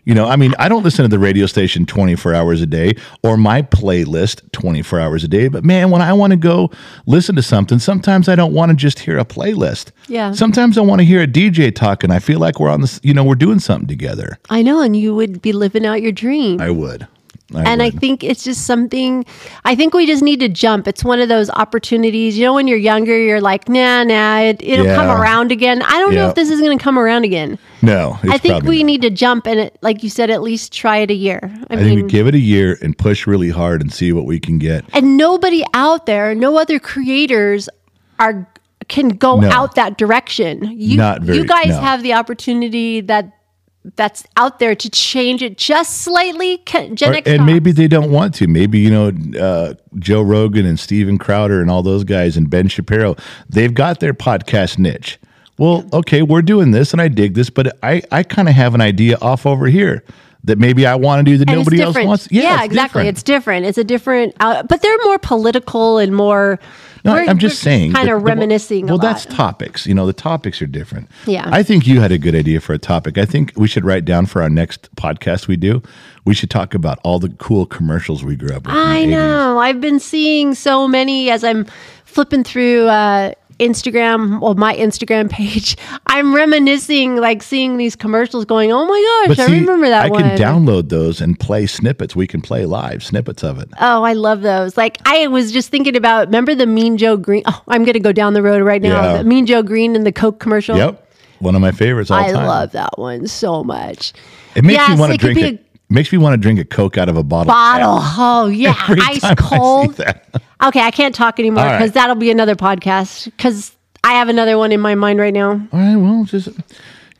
You know, I mean, I don't listen to the radio station 24 hours a day or my playlist 24 hours a day, but man, when I want to go listen to something, sometimes I don't want to just hear a playlist.
Yeah.
Sometimes I want to hear a DJ talking. I feel like we're on this, you know, we're doing something together.
I know, and you would be living out your dream.
I would. I
and I
would.
think it's just something. I think we just need to jump. It's one of those opportunities. You know, when you're younger, you're like, nah, nah, it, it'll
Yeah.
come around again. I don't know
Yeah.
if this is going to come around again.
no, it's
I think
probably
we
not.
need to jump and, it, like you said, at least try it a year. I,
I think
mean,
we give it a year and push really hard and see what we can get.
and nobody out there, no other creators are can go
No.
out that direction. You,
Not very-
you guys
no.
have the opportunity that that's out there to change it just slightly. Can, Gen
Or-
X
and
Talk.
maybe they don't want to. Maybe you know uh, Joe Rogan and Steven Crowder and all those guys and Ben Shapiro. They've got their podcast niche. Well, okay, we're doing this, and I dig this, but I I kind of have an idea off over here that maybe I want to do that
And it's
nobody else
different.
wants.
Yeah, exactly.
different.
It's different. It's a different, uh, but they're more political and more.
No, I- I'm just saying.
Kind
that-
of reminiscing.
Well,
a lot.
that's topics. You know, the topics are different.
Yeah.
I think you had a good idea for a topic. I think we should write down for our next podcast we do. We should talk about all the cool commercials we grew up with. in the
I
80s.
know. I've been seeing so many as I'm flipping through uh, Instagram, well, my Instagram page. I'm reminiscing, like seeing these commercials, going, "Oh my gosh,
But
I
see,
remember that
I
one."
can download those and play snippets. We can play live snippets of it.
Oh, I love those. Like I was just thinking about remember the Mean Joe Green oh, I'm gonna go down the road right now.
Yeah.
The Mean Joe Green and the Coke commercial.
Yep. One of my favorites all
Oh. I
time.
love that one so much.
it. Makes
Yes,
me want to
it could
drink it.
be
Makes me want to drink a Coke out of a bottle.
bottle. Oh yeah,
Every
ice
time I see
cold.
that.
okay, I can't talk anymore
All right.
because that'll be another podcast. Because I have another one in my mind right now.
All right. Well, just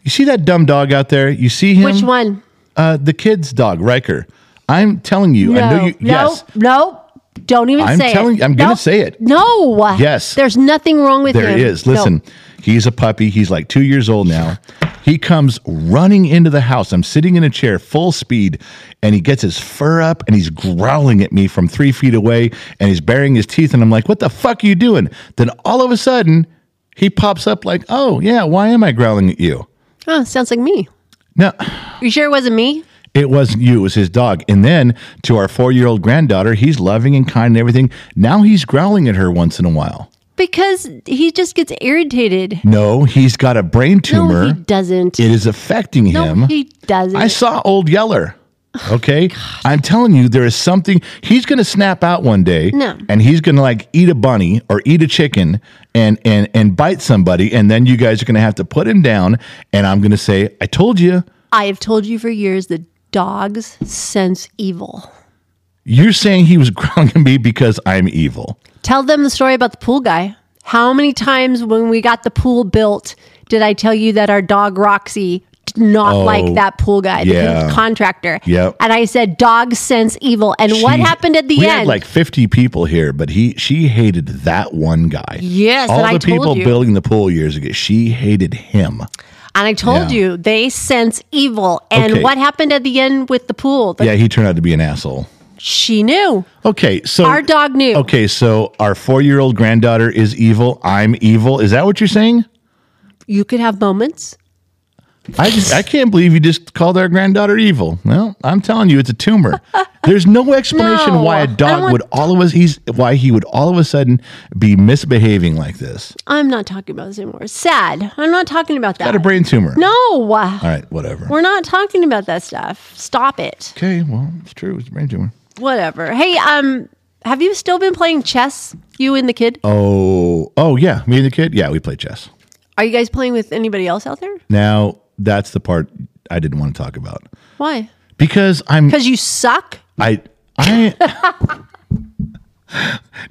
you see that dumb dog out there. You see him.
Which one?
Uh, the kid's dog, Riker. I'm telling you.
No,
I know you.
no,
Yes.
no. Don't even
I'm
say
telling
it.
you- I'm gonna
Nope.
say it.
No.
Yes.
There's nothing wrong with
There
him.
he is.
No.
Listen, he's a puppy. He's like two years old now. He comes running into the house. I'm sitting in a chair, full speed, and he gets his fur up and he's growling at me from three feet away and he's baring his teeth. And I'm like, what the fuck are you doing? Then all of a sudden, he pops up like, oh, yeah, why am I growling at you?
Oh, sounds like me.
No,
You sure it wasn't me?
it wasn't you. It was his dog. And then to our four year old granddaughter, he's loving and kind and everything. Now he's growling at her once in a while.
Because he just gets irritated.
No, he's got a brain tumor.
No, he doesn't.
It is affecting
no,
him.
he doesn't.
I saw Old Yeller. Okay, I'm telling you, there is something. He's going to snap out one day,
No.
and he's going to like eat a bunny or eat a chicken and and and bite somebody, and then you guys are going to have to put him down. And I'm going to say, I told you.
I have told you for years that dogs sense evil.
You're saying he was growling at me because I'm evil.
Tell them the story about the pool guy. How many times when we got the pool built did I tell you that our dog Roxy did not like that pool guy, the
Oh, yeah.
contractor?
Yep.
And I said, dogs sense evil. And what
She-
happened at the
we
end?
had like 50 people here, but he she hated that one guy.
Yes,
all
and
the
I told
people
you.
building the pool years ago, she hated him.
and I told
Yeah.
you, they sense evil. And
Okay.
what happened at the end with the pool? The-
Yeah, he turned out to be an asshole.
She knew.
Okay, so
Our dog knew.
Okay, so our four-year-old granddaughter is evil. I'm evil. Is that what you're saying?
You could have moments.
I just I can't believe you just called our granddaughter evil. Well, I'm telling you, it's a tumor. There's no explanation
No,
why
I
a
don't
dog
want-
would all of us he's why he would all of a sudden be misbehaving like this.
I'm not talking about this anymore. Sad. I'm not talking about that.
Got a brain tumor.
No.
All right, whatever.
We're not talking about that stuff. Stop it.
okay, well, it's true. It's a brain tumor.
Whatever. Hey, um, Have you still been playing chess, you and the kid?
Oh, oh yeah, me and the kid. Yeah, we play chess.
Are you guys playing with anybody else out there?
Now that's the part I didn't want to talk about
Why?
because I'm
Because you suck?
I I.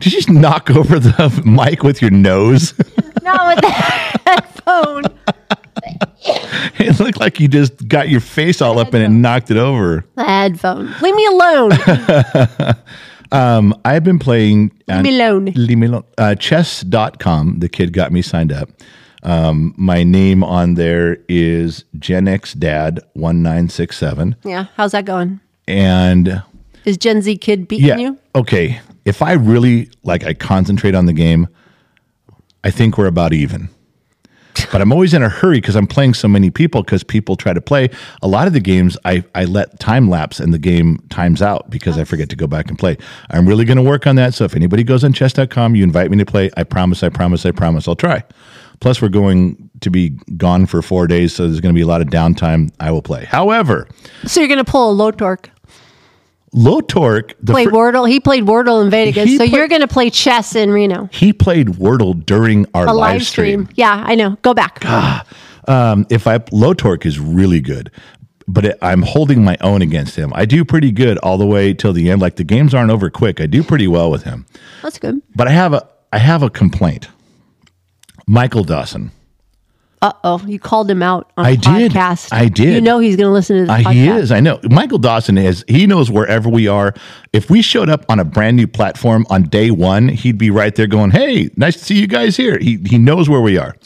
Did you just knock over the mic with your nose?
Not with that headphone.
it looked like you just got your face all up in it and knocked it over.
Headphone. Leave me alone.
Um, I've been playing. Leave
me alone.
Leave me alone. Uh, chess.com. The kid got me signed up. Um, my name on there is Gen X Dad 1967.
yeah. How's that going?
And
Is Gen Z kid beating
yeah,
you?
okay. If I really like, I concentrate on the game, I think we're about even. But I'm always in a hurry because I'm playing so many people because people try to play. A lot of the games I, I let time lapse and the game times out because I forget to go back and play. I'm really going to work on that. So if anybody goes on chess.com, you invite me to play. I promise, I promise, I promise I'll try. Plus, we're going to be gone for four days. So there's going to be a lot of downtime. I will play. However,
So you're going to pull a low torque.
Low Torque, the
Play
fir-
Wordle. He played Wordle in Vegas.
He
so
played-
you're going to play chess in Reno.
he played Wordle during our
A
live stream.
Yeah, I know. Go back.
Um, if I low torque is really good, but it, I'm holding my own against him. I do pretty good all the way till the end. Like the games aren't over quick. I do pretty well with him,
That's good.
but I have a I have a complaint. Michael Dawson.
Uh oh. You called him out on
I
a
did.
podcast.
I did.
You know he's going to listen to the
Uh,
podcast.
he is. I know. Michael Dawson is. He knows wherever we are. If we showed up on a brand new platform on day one, he'd be right there going, "Hey, nice to see you guys here." He he knows where we are.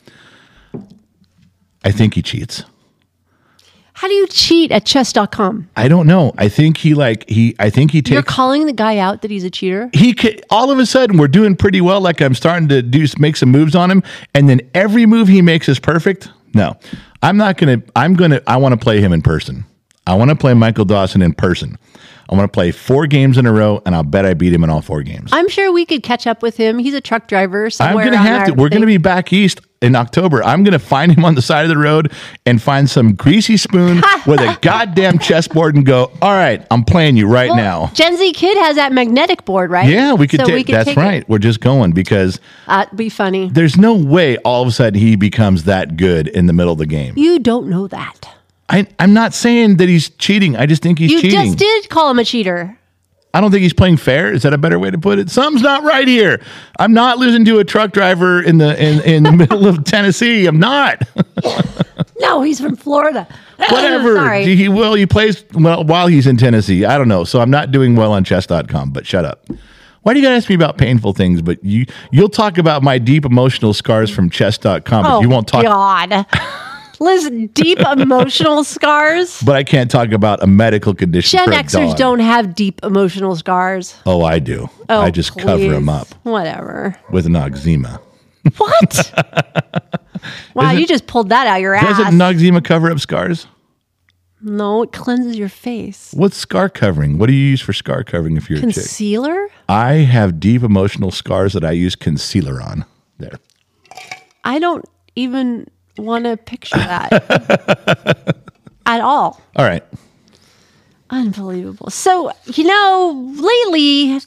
I think he cheats.
How do you cheat at chess.com?
I don't know. I think he like he. I think he
You're
takes.
calling the guy out that he's a cheater?
he could all of a sudden we're doing pretty well like i'm starting to do make some moves on him and then every move he makes is perfect no i'm not gonna i'm gonna i want to play him in person i want to play michael dawson in person i want to play four games in a row and i'll bet i beat him in all four games
I'm sure we could catch up with him. He's a truck driver
i'm
somewhere.
gonna
on
have to
our
we're gonna
thing.
be back east in october i'm gonna find him on the side of the road and find some greasy spoon with a goddamn chessboard and go all right i'm playing you right
Well,
now
Gen Z kid has that magnetic board, right?
yeah, we could
So
take. that's
it.
right. We're just going because
That'd be funny.
There's no way all of a sudden he becomes that good in the middle of the game.
You don't know that.
I, I'm not saying that he's cheating. I just think he's
You
cheating.
just did call him a cheater.
I don't think he's playing fair. Is that a better way to put it? Something's not right here. I'm not losing to a truck driver in the in, in the middle of Tennessee. I'm not.
No, he's from Florida.
Whatever.
Sorry.
He will. He plays well, while he's in Tennessee. I don't know. So I'm not doing well on chess.com, but shut up. Why do you gotta ask me about painful things? But you you'll talk about my deep emotional scars from chess.com, but
oh,
you won't talk
God. Listen, deep emotional scars.
but I can't talk about a medical condition.
Gen
for a
Xers
dog.
don't have deep emotional scars.
Oh, I do.
Oh,
I just cover them
please.
up
Whatever.
with an oxema.
What? wow, you just pulled that out your ass.
Doesn't an oxema cover up scars?
no, it cleanses your face.
What's scar covering? What do you use for scar covering if you're a chick?
Concealer?
I have deep emotional scars that I use concealer on. There.
I don't even want to picture that at all.
All right.
Unbelievable. So, you know, lately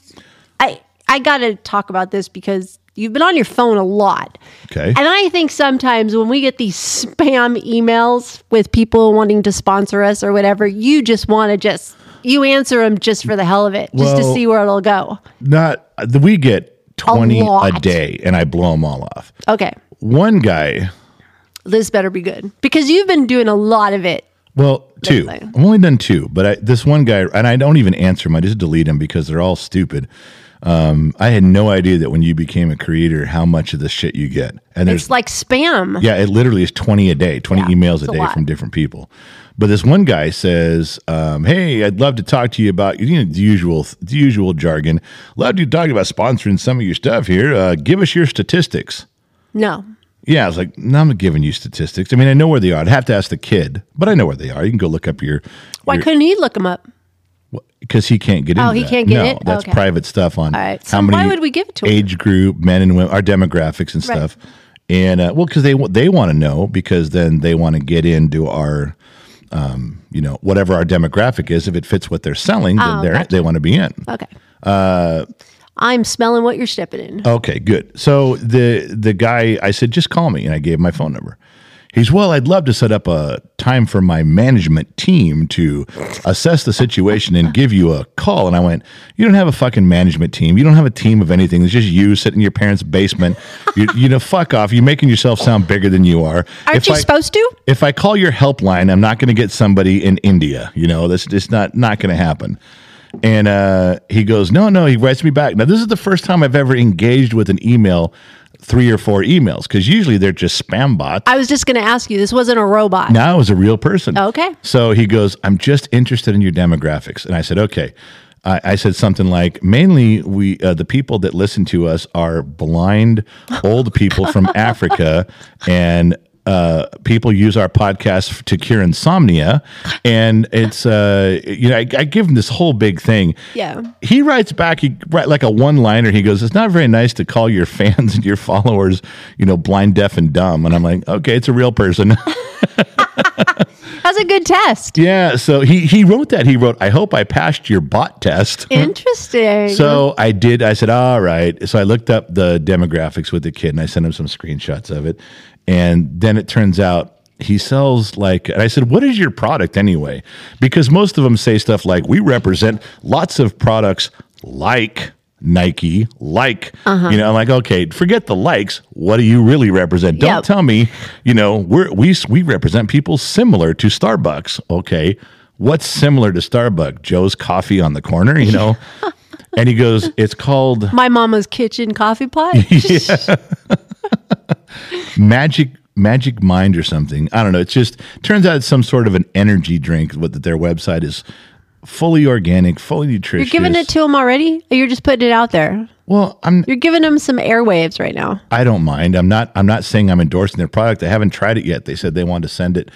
I I got to talk about this because you've been on your phone a lot.
Okay.
And I think sometimes when we get these spam emails with people wanting to sponsor us or whatever, you just want to just you answer them just for the hell of it, just to
Well-
see where it'll go.
Not we get 20 a,
lot.
day and I blow them all off.
Okay.
One guy,
This better be good because you've been doing a lot of it.
well, two.
fine.
I've only done two, but I, this one guy, and I don't even answer them. I just delete them because they're all stupid. Um, I had no idea that when you became a creator, how much of the shit you get. And there's
It's like spam.
Yeah, it literally is 20 a day, 20
Yeah,
emails
it's
a
a
day
lot.
from different people. But this one guy says, um, "Hey, I'd love to talk to you about you know the usual the usual jargon. Love to talk about sponsoring some of your stuff here. Uh, give us your statistics."
No.
Yeah, I was like, "No, I'm not giving you statistics. I mean, I know where they are. I'd have to ask the kid, but I know where they are. You can go look up your
Why couldn't he look them up?
because he can't get into.
Oh, he
that.
can't get
no,
it?
That's
Okay.
private stuff on
All right. So why would we give it to him?
age group, men and women, our demographics and
Right.
stuff. And uh, well, because they wa- they want to know because then they want to get into our, um, you know,
Oh,
whatever our demographic is. If it fits what they're selling, then they're they want to be in.
Okay. I'm smelling what you're stepping in.
Okay, good. So the the guy, I said, just call me, and I gave him my phone number. He's well. I'd love to set up a time for my management team to assess the situation and give you a call. And I went, you don't have a fucking management team. You don't have a team of anything. It's just you sitting in your parents' basement. You, you know, fuck off. You're making yourself sound bigger than you are.
Aren't you
I-
supposed to?
If I call your helpline, I'm not going to get somebody in India. You know, that's it's not not going to happen. And uh, he goes, no, no. He writes me back. Now this is the first time I've ever engaged with an email, three or four emails, because usually they're just spam bots.
I was just going to ask you. This wasn't a robot.
Now is a real person.
Okay.
So he goes, I'm just interested in your demographics. And I said, okay. I, I said something like, mainly we, uh, the people that listen to us are blind old people from Africa and uh, people use our podcast to cure insomnia. And it's, uh, you know, I, I give him this whole big thing.
Yeah.
He writes back, he write like a one liner. He goes, It's not very nice to call your fans and your followers, you know, blind, deaf, and dumb. And I'm like, Okay, it's a real person.
That's a good test.
Yeah, so he he wrote that. He wrote, "I hope I passed your bot test."
Interesting.
so I did. I said, "All right." So I looked up the demographics with the kid, and I sent him some screenshots of it. And then it turns out he sells like. And I said, "What is your product anyway?" Because most of them say stuff like, "We represent lots of products like." Nike, like, you know, I'm like, okay, forget the likes. What do you really represent? Don't
Yep.
tell tell me, you know, we're, we we represent people similar to Starbucks. Okay, what's similar to Starbucks? Joe's Coffee on the corner, you know. and he goes, "It's called
My mama's kitchen coffee pot.
Magic Magic Mind or something. I don't know. It's just turns out it's some sort of an energy drink. What that their website is fully organic, fully
You're
nutritious.
giving it to them already? Or you're just putting it out there?
well, I'm
You're giving them some airwaves right now.
I don't mind. I'm not I'm not saying I'm endorsing their product. I haven't tried it yet. They said they want to send it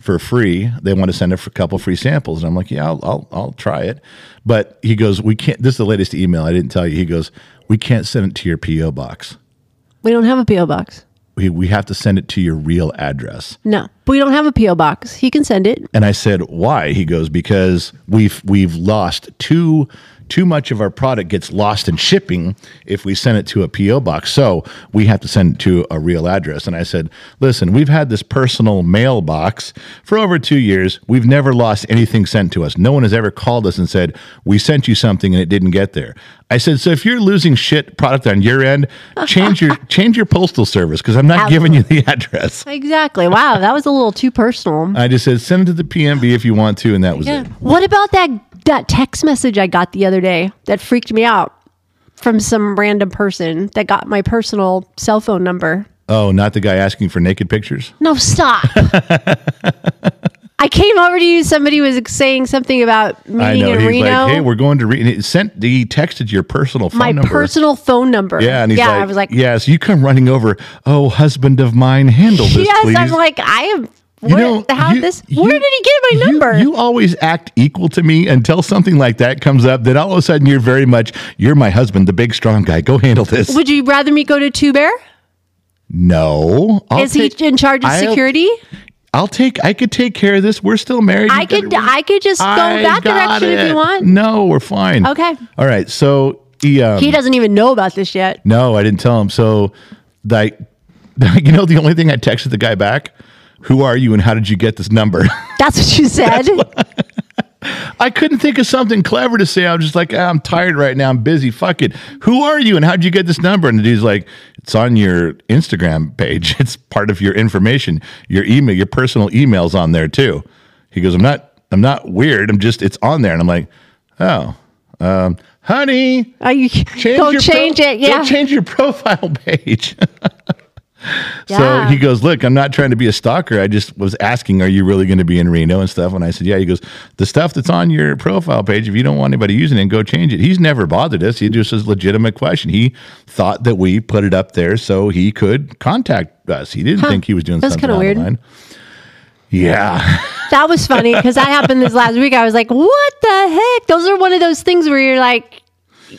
for free. They want to send a couple free samples, and I'm like, yeah, I'll, I'll I'll try it. But he goes, we can't. This is the latest email. I didn't tell you. He goes, we can't send it to your PO box.
We don't have a P.O. box.
We we have to send it to your real address.
No, we don't have a P.O. box. He can send it.
And I said, why? He goes, because we've we've lost too too much of our product gets lost in shipping if we send it to a PO box. So we have to send it to a real address. And I said, listen, we've had this personal mailbox for over two years. We've never lost anything sent to us. No one has ever called us and said, we sent you something and it didn't get there. I said, so if you're losing shit product on your end, change your change your postal service because I'm not giving you the address.
Exactly. Wow, that was a little too personal.
I just said, send it to the PMB if you want to, and that was
Yeah.
it.
What about that that text message I got the other day that freaked me out from some random person that got my personal cell phone number?
Oh, not the guy asking for naked pictures?
No, stop. I came over to you. Somebody was saying something about meeting in
He's
Reno.
like, hey, we're going to Reno. He sent he texted your personal phone
my
number.
personal phone number.
yeah, and he's
yeah.
like,
I was like,
yes, you come running over. Oh, husband of mine, handle this,
yes.
please.
I'm like, I am. Where, how
you-
this?
you-
Where did he get my
you-
number?
You, always act equal to me until something like that comes up. Then all of a sudden, you're very much, you're my husband, the big strong guy. Go handle this.
Would you rather me go to Two Bear?
no, I'll
Is he
take-
in charge of
I'll-
security?
I'll take. I could take care of this. We're still married.
I
You gotta
could.
re-
I could just go
I
that
got
direction if
it.
you want.
No, we're fine.
Okay.
All right. So he, um,
He doesn't even know about this yet.
no, I didn't tell him. So like, you know, the only thing I texted the guy back, who are you and how did you get this number?
That's what you said.
I couldn't think of something clever to say. I was just like, ah, I'm tired right now. I'm busy. Fuck it. Who are you and how'd you get this number? And the dude's like, it's on your Instagram page. It's part of your information. Your email, your personal email's on there too. He goes, I'm not, I'm not weird. I'm just, it's on there. And I'm like, oh, um, honey,
Are you
change
go
your pro-
change it?
go
Yeah.
change your profile page. So
yeah.
he goes, Look, I'm not trying to be a stalker. I just was asking, Are you really going to be in Reno and stuff? And I said, Yeah. He goes, The stuff that's on your profile page, if you don't want anybody using it, go change it. He's never bothered us. He just is a legitimate question. He thought that we put it up there so he could contact us. He didn't think he was doing
That's
something
kinda weird.
online. Yeah.
that was funny because that happened this last week. I was like, what the heck? Those are one of those things where you're like,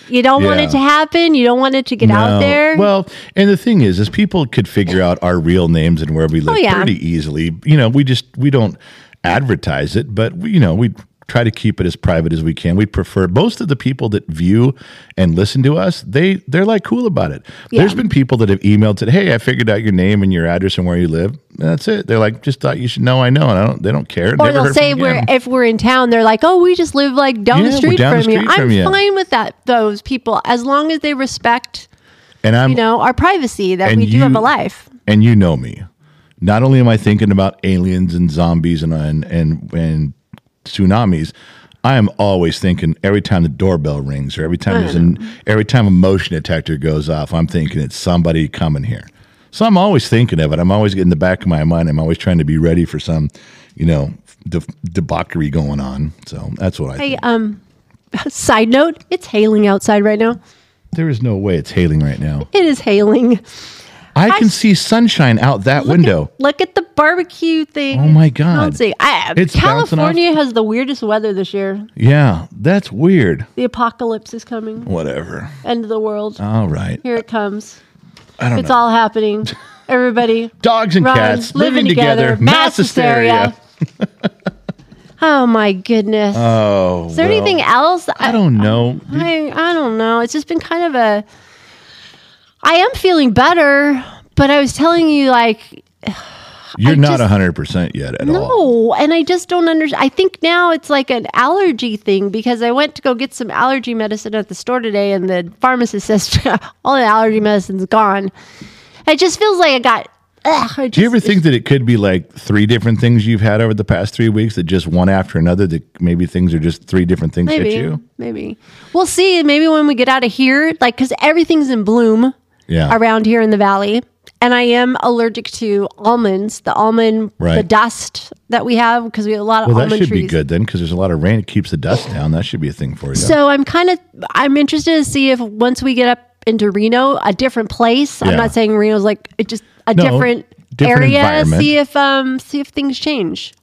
you don't want
Yeah.
it to happen. You don't want it to get out
No.
there.
Well, and the thing is, is people could figure out our real names and where we live
Oh, yeah.
pretty easily. You know, we just we don't advertise it, but we, you know we try to keep it as private as we can. We prefer most of the people that view and listen to us, they they're like cool about it. There's been people that have emailed said, "Hey, I figured out your name and your address and where you live." That's it. They're like, "Just thought you should know I know." And I don't they don't care.
Or
Never heard
they'll
from
say
them
we're
again.
if we're in town, they're like, "Oh, we just live like down
Yeah,
the
we're
street
down the
from you."
street
I'm
from you.
fine with that. Those people, as long as they respect,
and I'm
you know, our privacy that
And
we do have
you-
a life.
and you know me. Not only am I thinking about aliens and zombies and and and, and tsunamis, I am always thinking every time the doorbell rings or every time there's
Mm.
an every time a motion detector goes off, I'm thinking it's somebody coming here. So I'm always thinking of it. I'm always in the back of my mind. I'm always trying to be ready for some, you know, deb- debauchery going on. So that's what I.
Hey,
think.
um, side note, it's hailing outside right now.
There is no way it's hailing right now.
It is hailing.
I can see sunshine out that window.
Look at the barbecue thing.
Oh my God.
Bouncing. I,
It's bouncing off-
California has the weirdest weather this year.
yeah, that's weird.
The apocalypse is coming.
Whatever.
End of the world.
All right.
Here it comes.
Uh, I don't
It's
know.
all happening. Everybody.
Dogs and
Run,
cats living, together, mass hysteria.
oh my goodness.
Oh,
Is there
well,
anything else? I,
I don't know.
I, I don't know. It's just been kind of a. I am feeling better, but I was telling you, like,
You're
I
not
just-
hundred percent yet at all.
no. And I just don't understand. I think now it's like an allergy thing because I went to go get some allergy medicine at the store today, and the pharmacist says all the allergy medicine's gone. It just feels like I got. Ugh, I
Do you
just-
ever think that it could be like three different things you've had over the past three weeks that just one after another that maybe things are just three different things
maybe,
hit you?
Maybe we'll see. Maybe when we get out of here, like because everything's in bloom
Yeah.
around here in the valley, and I am allergic to almonds. The almond, the
Right.
dust that we have because we have a lot of
Well, that
almond
should
trees.
be good then because there's a lot of rain. It keeps the dust down. That should be a thing for you.
So I'm kind of I'm interested to see if once we get up into Reno, a different place. I'm
Yeah.
not saying Reno's like it just a
No,
different,
different
area.
environment.
See if um see if things change.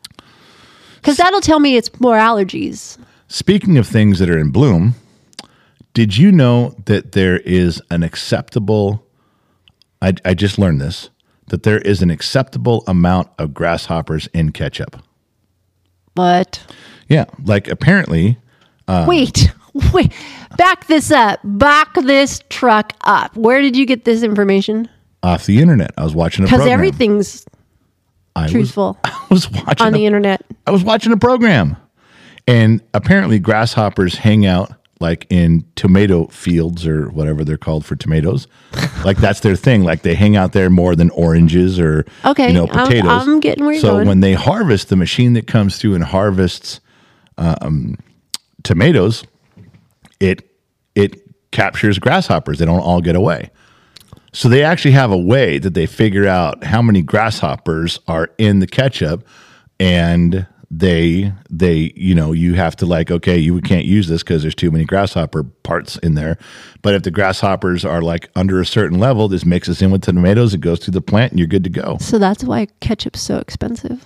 Because that'll tell me it's more allergies.
Speaking of things that are in bloom, did you know that there is an acceptable? I, I just learned this that there is an acceptable amount of grasshoppers in ketchup.
But
Yeah, like apparently, Uh.
Wait, wait, back this up. Back this truck up. Where did you get this information?
off the internet. I was watching a
Because
program.
everything's
I was-
truthful
I was watching
on
a-
the internet.
I was watching a program, and apparently grasshoppers hang out like in tomato fields or whatever they're called for tomatoes. like that's their thing. Like they hang out there more than oranges or
Okay,
you know
I'm-
potatoes.
I'm getting where you're
so
going.
when they harvest, the machine that comes through and harvests um, tomatoes, it it captures grasshoppers. They don't all get away. So they actually have a way that they figure out how many grasshoppers are in the ketchup and they they you know you have to like okay you can't use this because there's too many grasshopper parts in there but if the grasshoppers are like under a certain level this mixes in with the tomatoes it goes through the plant and you're good to go
So that's why ketchup's so expensive.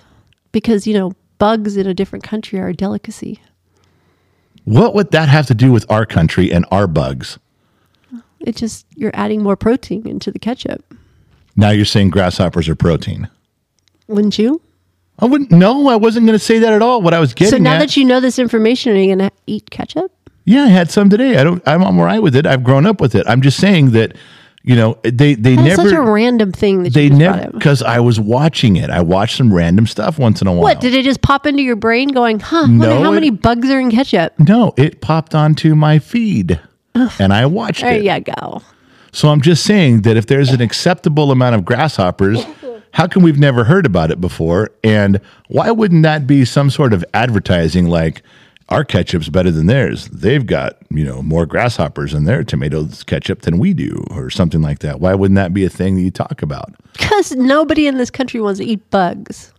Because, you know, bugs in a different country are a delicacy.
what would that have to do with our country and our bugs
It just, you're adding more protein into the ketchup,
now you're saying grasshoppers are protein
wouldn't you?
i wouldn't no i wasn't going to say that at all what i was getting
so now
at-
that you know this information, are you going to eat ketchup?
Yeah, I had some today. I don't. I'm all right with it. I've grown up with it. I'm just saying that, you know, they they
That's
never
such a random thing that
they
you just
never
brought up.
because I was watching it. I watched some random stuff once in a while.
What, did it just pop into your brain going, huh, wonder
No,
how
it-
many bugs are in ketchup?
no, it popped onto my feed, and I watched
There
it.
you go.
So I'm just saying that if there's an acceptable amount of grasshoppers, how come we've never heard about it before? And why wouldn't that be some sort of advertising like our ketchup's better than theirs? They've got, you know, more grasshoppers in their tomatoes ketchup than we do or something like that. Why wouldn't that be a thing that you talk about?
Because nobody in this country wants to eat bugs.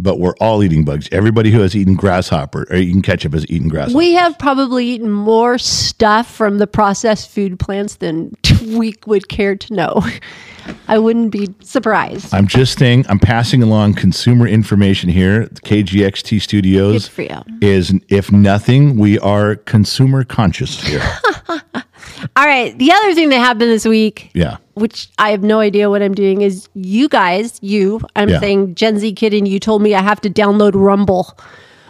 But we're all eating bugs. Everybody who has eaten grasshopper or eaten ketchup has eaten grasshopper.
We have probably eaten more stuff from the processed food plants than we would care to know. I wouldn't be surprised.
I'm just saying, I'm passing along consumer information here. The KGXT Studios
Good for you.
is, if nothing, we are consumer conscious here.
All right. The other thing that happened this week,
yeah.
which I have no idea what I'm doing, is you guys, you, I'm
Yeah.
saying Gen Z kid, and you told me I have to download Rumble,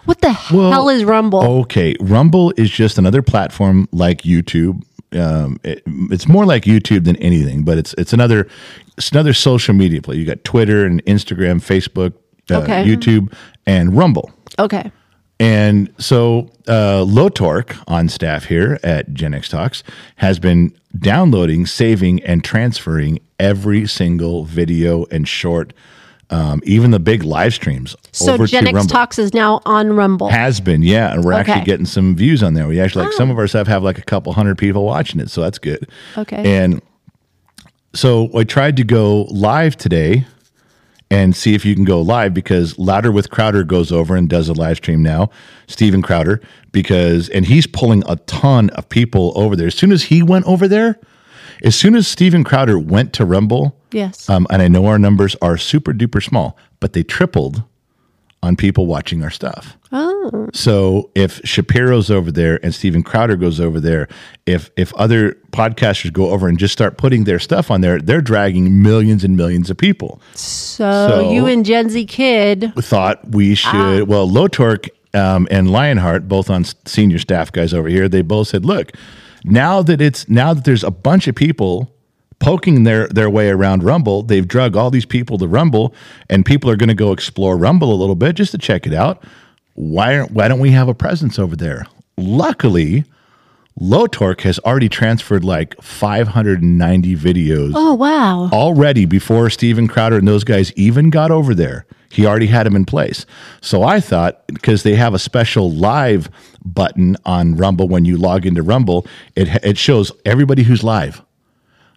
What the hell is Rumble?
Okay, Rumble is just another platform like YouTube. Um, it, it's more like YouTube than anything, but it's it's another it's another social media play. You got Twitter and Instagram, Facebook, uh,
Okay.
YouTube, and Rumble.
Okay.
And so uh, Low Torque on staff here at Gen X Talks has been downloading, saving, and transferring every single video and short, um, even the big live streams
So Gen X Talks is now on Rumble.
has been, yeah, and we're actually
Okay. Oh.
getting some views on there. We actually like some of our stuff have like a couple hundred people watching it, so that's good.
Okay.
And so I tried to go live today and see if you can go live because Louder with Crowder goes over and does a live stream now, Steven Crowder, because and he's pulling a ton of people over there. As soon as he went over there, as soon as Steven Crowder went to Rumble,
Yes.
um, and I know our numbers are super duper small, but they tripled on people watching our stuff. So if Shapiro's over there and Steven Crowder goes over there, if if other podcasters go over and just start putting their stuff on there, they're dragging millions and millions of people.
so,
so-
you and Gen Z Kid.
We thought we should well, Low Torque um, and Lionheart, both on s- senior staff guys over here, they both said, "Look, now that it's now that there's a bunch of people." Poking their, their way around Rumble, they've drug all these people to Rumble, and people are going to go explore Rumble a little bit just to check it out. Why aren't, why don't we have a presence over there? Luckily, Low Torque has already transferred like 590 videos
Oh wow.
already before Steven Crowder and those guys even got over there. He already had them in place. So I thought because they have a special live button on Rumble when you log into Rumble, it it shows everybody who's live.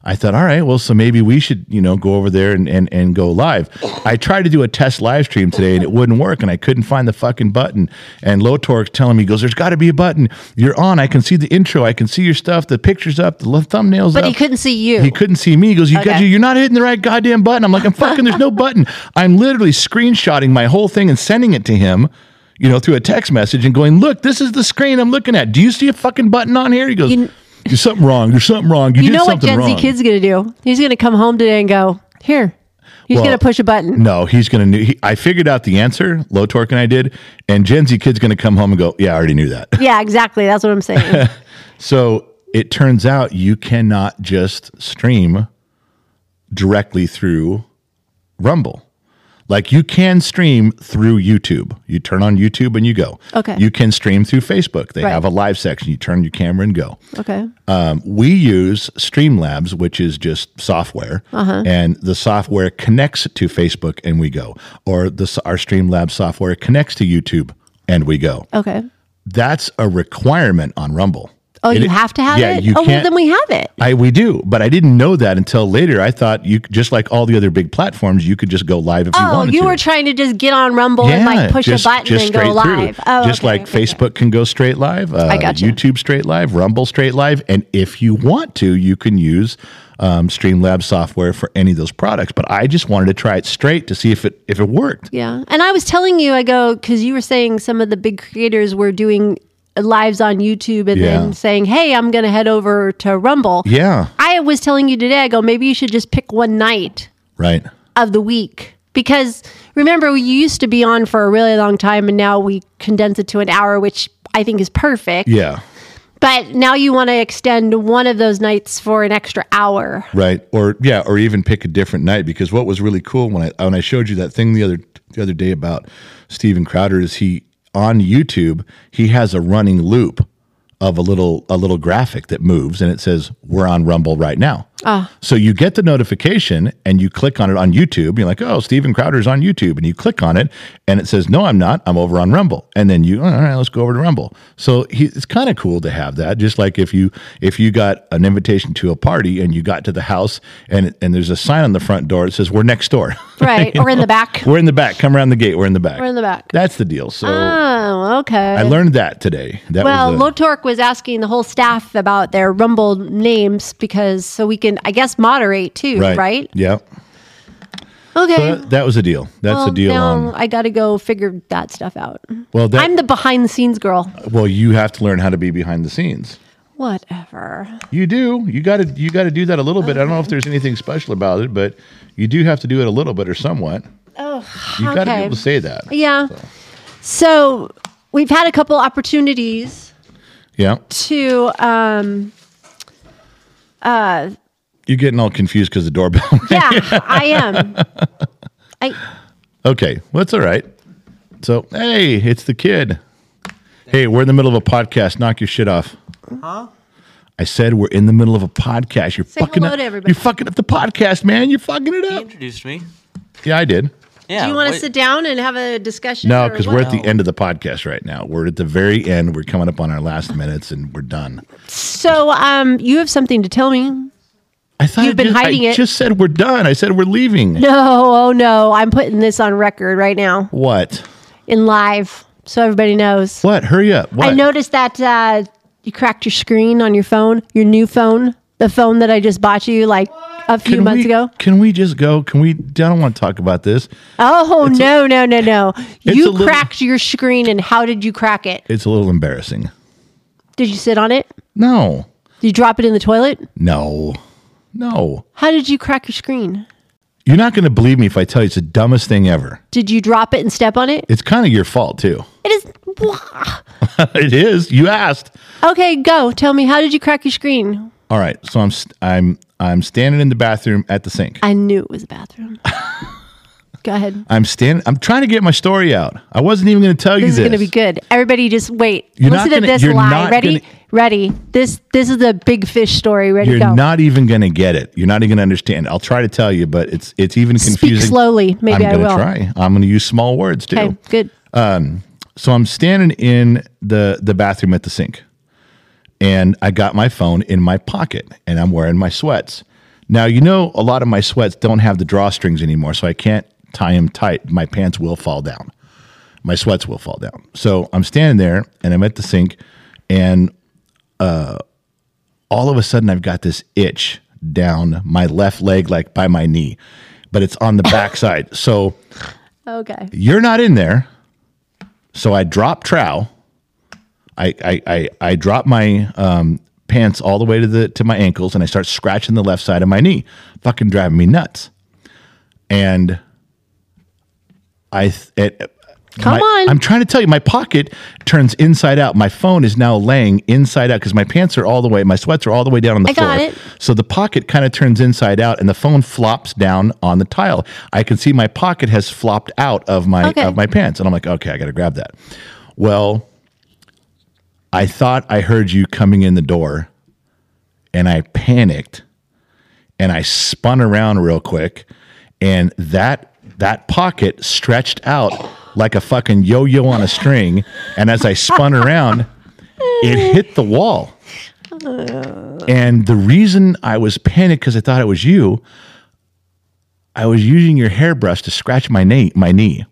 I thought, all right, well, so maybe we should, you know, go over there and, and, and go live. I tried to do a test live stream today and it wouldn't work and I couldn't find the fucking button. And Lotork's telling me, he goes, there's got to be a button. You're on. I can see the intro. I can see your stuff. The picture's up. The le- thumbnail's
But
up.
he couldn't see you.
He couldn't see me. He goes, "You got
Okay.
you. You're not hitting the right goddamn button." I'm like, "I'm fucking. There's no button." I'm literally screenshotting my whole thing and sending it to him, you know, through a text message and going, "Look, this is the screen I'm looking at. Do you see a fucking button on here?" He goes,
You-
"There's something wrong. There's something wrong. You,
you
did
know what
something
Gen
wrong."
Z Kid's gonna do? He's gonna come home today and go, here. He's
Well,
gonna push a button.
No, he's gonna. Knew, he, I figured out the answer. Low Torque and I did, and Gen Z kid's gonna come home and go, "Yeah, I already knew that."
Yeah, exactly. That's what I'm saying.
So it turns out you cannot just stream directly through Rumble. Like you can stream through YouTube. You turn on YouTube and you go.
Okay.
You can stream through Facebook. They
Right.
have a live section. You turn your camera and go.
okay.
Um, we use Streamlabs, which is just software,
Uh-huh.
and the software connects to Facebook and we go, or the, s- our Streamlabs software connects to YouTube and we go
Okay.
that's a requirement on Rumble.
Oh,
It-
you have to have
yeah,
it?
You
oh, well,
can't,
then we have it.
I we do, but I didn't know that until later. I thought you could- just like all the other big platforms, you could just go live if you
Oh,
wanted
you
to.
were trying to just get on Rumble and like push
just-
a button
just
and go
straight through.
live. Oh,
just
okay,
like
okay, okay.
Facebook can go straight live, uh,
gotcha.
YouTube straight live, Rumble straight live, and if you want to, you can use um, Streamlabs software for any of those products. But I just wanted to try it straight to see if it if it worked.
Yeah. And I was telling you, I go, because you were saying some of the big creators were doing lives on YouTube and
Yeah.
then saying, hey, I'm going to head over to Rumble.
Yeah,
I was telling you today, I go, maybe you should just pick one night
right.
of the week. Because remember, we used to be on for a really long time and now we condense it to an hour, which I think is perfect.
Yeah.
But now you want to extend one of those nights for an extra hour.
Right. Or yeah, or even pick a different night because what was really cool when I when I showed you that thing the other the other day about Steven Crowder is he on YouTube, he has a running loop of a little a little graphic that moves and it says we're on Rumble right now. So you get the notification and you click on it on YouTube. You're like, oh, Steven Crowder's on YouTube, and you click on it and it says, no, I'm not. I'm over on Rumble. And then you, all right, let's go over to Rumble. So he, it's kind of cool to have that. Just like if you if you got an invitation to a party and you got to the house and and there's a sign on the front door that says we're next door.
Right. or in the back.
we're in the back. Come around the gate. We're in the back.
We're in the back.
That's the deal. So
Oh, okay.
I learned that today. That
Well,
was the-
Lotork was asking the whole staff about their Rumble names because so we can, I guess, moderate too, right?
Yeah.
Okay.
So that, that was a deal. That's
well,
a deal
now
on.
I got to go figure that stuff out.
Well, that,
I'm the behind the scenes girl.
well, you have to learn how to be behind the scenes.
Whatever.
You do. You got to. You got to do that a little bit. I don't know if there's anything special about it, but you do have to do it a little bit or somewhat. Oh, you got to be
okay.
able to say that.
Yeah. So we've had a couple opportunities
Yeah.
to um
You're getting all confused because the doorbell.
yeah, I am. I
okay. Well, that's all right. So, hey, it's the kid. Hey, we're in the middle of a podcast. Knock your shit off. Huh? I said we're in the middle of a podcast. You're
Say
fucking
hello
up.
to everybody.
You're fucking up the podcast, man. You're fucking it
He
up.
introduced me.
Yeah, I did.
Yeah.
do you want to
wait-
sit down and have a discussion?
No,
or
because
what?
we're at the
No.
end of the podcast right now. We're at the very end. We're coming up on our last minutes, and we're done.
so um you have something to tell me.
I thought I
You've been
just,
hiding
I
it.
just said we're done. I said we're leaving.
No, oh no, I'm putting this on record right now
What?
in live, so everybody knows.
What? Hurry up! What?
I noticed that uh, you cracked your screen on your phone, your new phone, the phone that I just bought you like a few
Can
months
we-
ago.
Can we just go? Can we? I don't want to talk about this.
Oh no, no, no, no!
a
You
little-
cracked your screen, and how did you crack it?
It's a little embarrassing.
Did you sit on it?
No,
Did you drop it in the toilet?
no, no.
How did you crack your screen?
You're not going to believe me if I tell you it's the dumbest thing ever.
Did you drop it and step on it?
It's kind of your fault too.
It is. Wah.
it is. You asked.
Okay, go. Tell me, how did you crack your screen?
All right. So I'm st- I'm I'm standing in the bathroom at the sink.
I knew it was a bathroom. go ahead.
I'm standing. I'm trying to get my story out. I wasn't even going to tell you
This
this.
is going to be good. Everybody, just wait.
You're not
Listen
gonna-
to this
you're
lie.
not
Ready?
gonna-
Ready? This this is the big fish story. Ready?
You're
go.
not even going to get it. You're not even going to understand. I'll try to tell you, but it's it's even confusing.
Speak slowly. Maybe
I'm
I
gonna
will.
try. I'm going to use small words too.
Okay, good.
So I'm standing in the the bathroom at the sink, and I got my phone in my pocket, and I'm wearing my sweats. Now you know a lot of my sweats don't have the drawstrings anymore, so I can't tie them tight. My pants will fall down. My sweats will fall down. So I'm standing there, and I'm at the sink, and uh, all of a sudden I've got this itch down my left leg, like by my knee, but it's on the backside. So
Okay.
you're not in there. So I drop trow. I I I, I drop my um, pants all the way to the to my ankles, and I start scratching the left side of my knee, fucking driving me nuts. And I th- it,
Come
my-
on.
I'm trying to tell you, my pocket turns inside out. My phone is now laying inside out because my pants are all the way, my sweats are all the way down on the
I
floor.
got it.
So the pocket kind of turns inside out, and the phone flops down on the tile. I can see my pocket has flopped out of my
Okay.
of my pants, and I'm like, okay, I got to grab that. Well, I thought I heard you coming in the door, and I panicked, and I spun around real quick, and that that pocket stretched out like a fucking yo-yo on a string, and as I spun around, it hit the wall. And the reason I was panicked because I thought it was you, I was using your hairbrush to scratch my knee, my knee,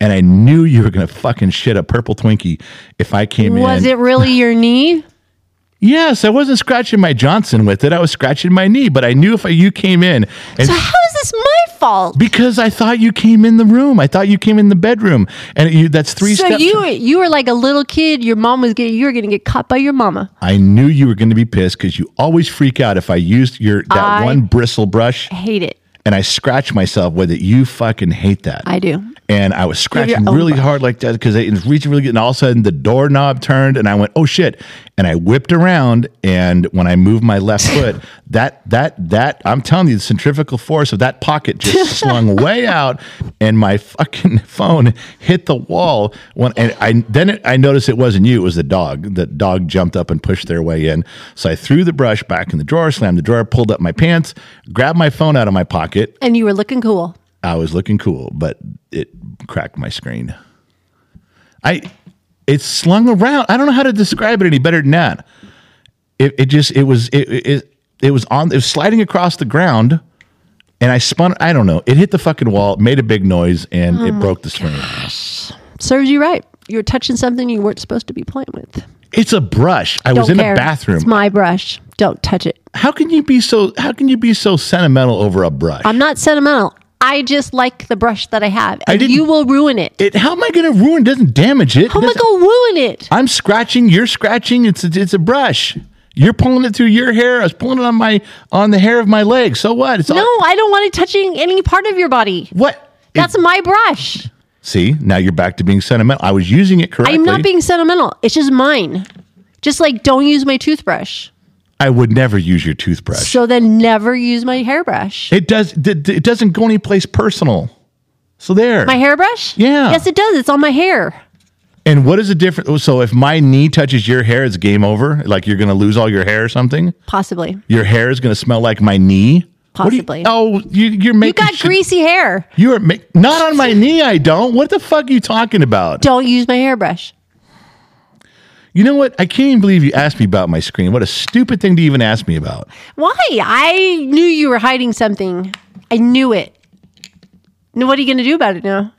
and I knew you were gonna fucking shit a purple Twinkie if I came in.
Was it really your knee?
Yes, I wasn't scratching my Johnson with it. I was scratching my knee, but I knew if I, you came in, and
So how is this my fault?
because I thought you came in the room, I thought you came in the bedroom, and you, that's three
So
steps.
you you were like a little kid. Your mom was getting you were going to get caught by your mama.
I knew you were going to be pissed because you always freak out if I used your that
I-
one bristle brush
I hate it.
and I scratch myself with it. You fucking hate that.
I do.
and I was scratching
own
really
brush.
hard like that because it was reaching really good. And all of a sudden, the doorknob turned, and I went, "Oh shit!" And I whipped around, and when I moved my left foot, that that that I'm telling you, the centrifugal force of that pocket just slung way out, and my fucking phone hit the wall. When and I then it, I noticed it wasn't you; it was the dog. The dog jumped up and pushed their way in. So I threw the brush back in the drawer, slammed the drawer, pulled up my pants, grabbed my phone out of my pocket,
And you were looking cool.
I was looking cool, but it cracked my screen. I it slung around. I don't know how to describe it any better than that. It, it just it was it, it it was on it was sliding across the ground and I spun I don't know. It hit the fucking wall, made a big noise and
Oh
it broke the screen.
Serves you right. You were touching something you weren't supposed to be playing with.
It's a brush. I was in
Don't care.
a bathroom.
It's my brush. Don't touch it.
how can you be so how can you be so sentimental over a brush?
I'm not sentimental. I just like the brush that I have.
I
And
didn't-
you will ruin it.
it how am I going to ruin doesn't damage it.
How am I
doesn't-
gonna ruin it?
I'm scratching, you're scratching. It's a, it's a brush. You're pulling it through your hair. I was pulling it on my on the hair of my leg. So what? It's
No,
all
I don't want it touching any part of your body.
what. It-
That's my brush.
See, now you're back to being sentimental. I was using it correctly.
I'm not being sentimental. It's just mine. Just like don't use my toothbrush.
I would never use your toothbrush.
So then never use my hairbrush.
It does. d- d- It doesn't go anyplace personal. So there.
My hairbrush?
Yeah.
Yes, it does. It's on my hair.
and what is the difference? Oh, So if my knee touches your hair, it's game over. Like you're going to lose all your hair or something.
Possibly.
Your hair is going to smell like my knee. What do you-
Possibly.
oh, you, you're
You
making.
got
shit-
greasy hair.
You are make, not on my knee. I don't. What the fuck are you talking about?
Don't use my hairbrush.
You know what? I can't even believe you asked me about my screen. What a stupid thing to even ask me about.
Why? I knew you were hiding something. I knew it. Now what are you going to do about it now?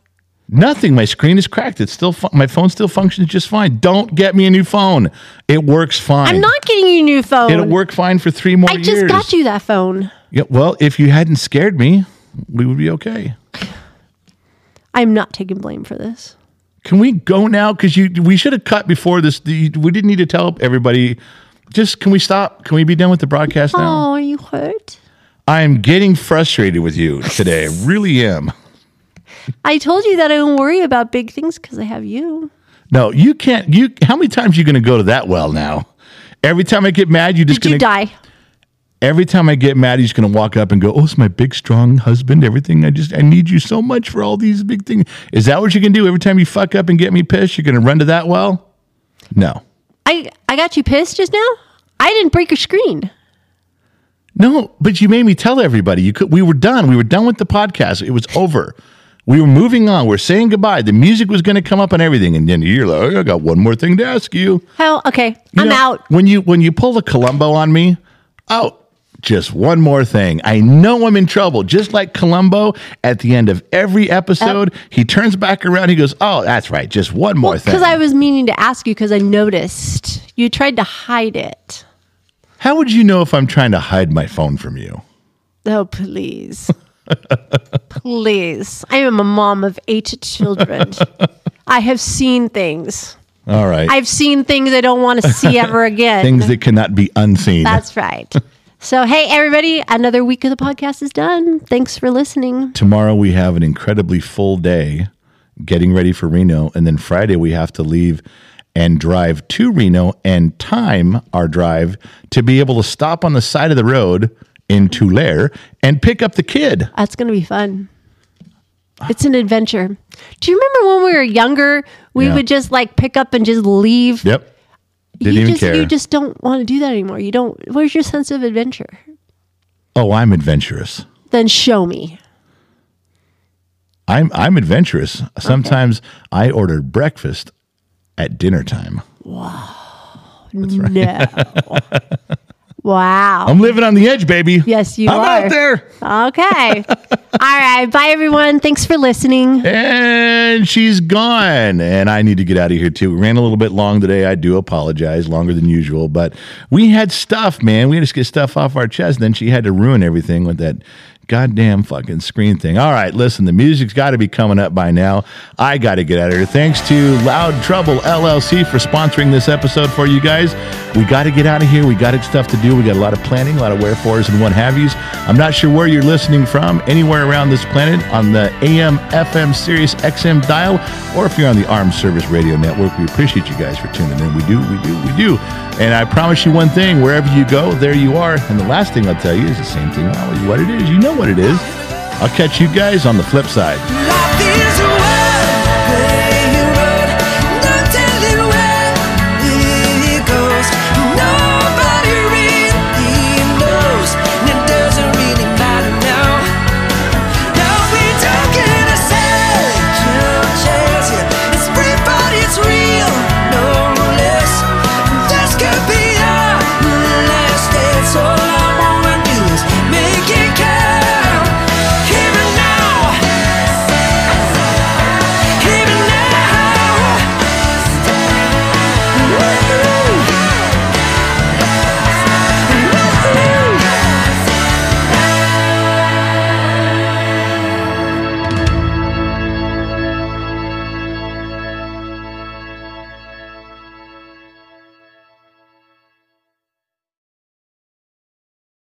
Nothing. My screen is cracked. It's still fun- my phone still functions just fine. Don't get me a new phone. It works fine.
I'm not getting you a new phone.
It'll work fine for three more
I
years.
just got you that phone.
Yeah, well, if you hadn't scared me, we would be okay.
I'm not taking blame for this.
Can we go now? Because you, we should have cut before this. The- We didn't need to tell everybody. Just can we stop? Can we be done with the broadcast now?
Oh, are you hurt?
I am getting frustrated with you today. I really am.
I told you that I don't worry about big things because I have you.
No, you can't. You how many times you going to go to that well now? Every time I get mad, you just
Did you
going to.
die?
Every time I get mad, he's going to walk up and go, "Oh, it's my big strong husband. Everything. I just I need you so much for all these big things." Is that what you can do? Every time you fuck up and get me pissed, you're going to run to that well? No,
I I got you pissed just now. I didn't break your screen.
no. But you made me tell everybody you could. We were done. We were done with the podcast. It was over. We were moving on. We're saying goodbye. The music was going to come up and everything, and then you're like, oh, "I got one more thing to ask you."
Hell, okay,
You
I'm
know,
out.
When you when you pull the Columbo on me, oh, just one more thing. I know I'm in trouble. Just like Columbo, at the end of every episode, he turns back around. He goes, "Oh, that's right. Just one more thing."
Because I was meaning to ask you because I noticed you tried to hide it.
How would you know if I'm trying to hide my phone from you?
Oh, please. please. I am a mom of eight children. I have seen things.
All right,
I've seen things I don't want to see ever again.
things that cannot be unseen.
That's right. So, hey, everybody, another week of the podcast is done. Thanks for listening.
Tomorrow we have an incredibly full day, getting ready for Reno, and then Friday we have to leave. And drive to Reno and time our drive to be able to stop on the side of the road in Tulare and pick up the kid.
That's going to be fun.
Ah.
It's an adventure. Do you remember when we were younger, we
Yeah.
would just like pick up and just leave?
Yep. Didn't
you
even
just,
care.
You just don't want to do that anymore. You don't. Where's your sense of adventure?
oh, I'm adventurous.
Then show me.
I'm I'm adventurous. Sometimes I order breakfast at dinner time.
No. wow.
I'm living on the edge, baby.
Yes, you
I'm
are.
out there.
Okay. All right. Bye, everyone. Thanks for listening.
And she's gone. And I need to get out of here too. We ran a little bit long today. I do apologize, longer than usual, but we had stuff, man. We had to get stuff off our chest. Then she had to ruin everything with that goddamn fucking screen thing. All right, listen, the music's got to be coming up by now. I got to get out of here. Thanks to Loud Trouble LLC for sponsoring this episode for you guys. We got to get out of here. We got stuff to do. We got a lot of planning, a lot of wherefores and what have yous. I'm not sure where you're listening from, anywhere around this planet on the AM, FM, Sirius XM dial, or if you're on the Armed Service Radio Network. We appreciate you guys for tuning in. We do, we do, we do. And I promise you one thing wherever you go, there you are. And the last thing I'll tell you is the same thing always what it is. You know what it is. I'll catch you guys on the flip side.
Life is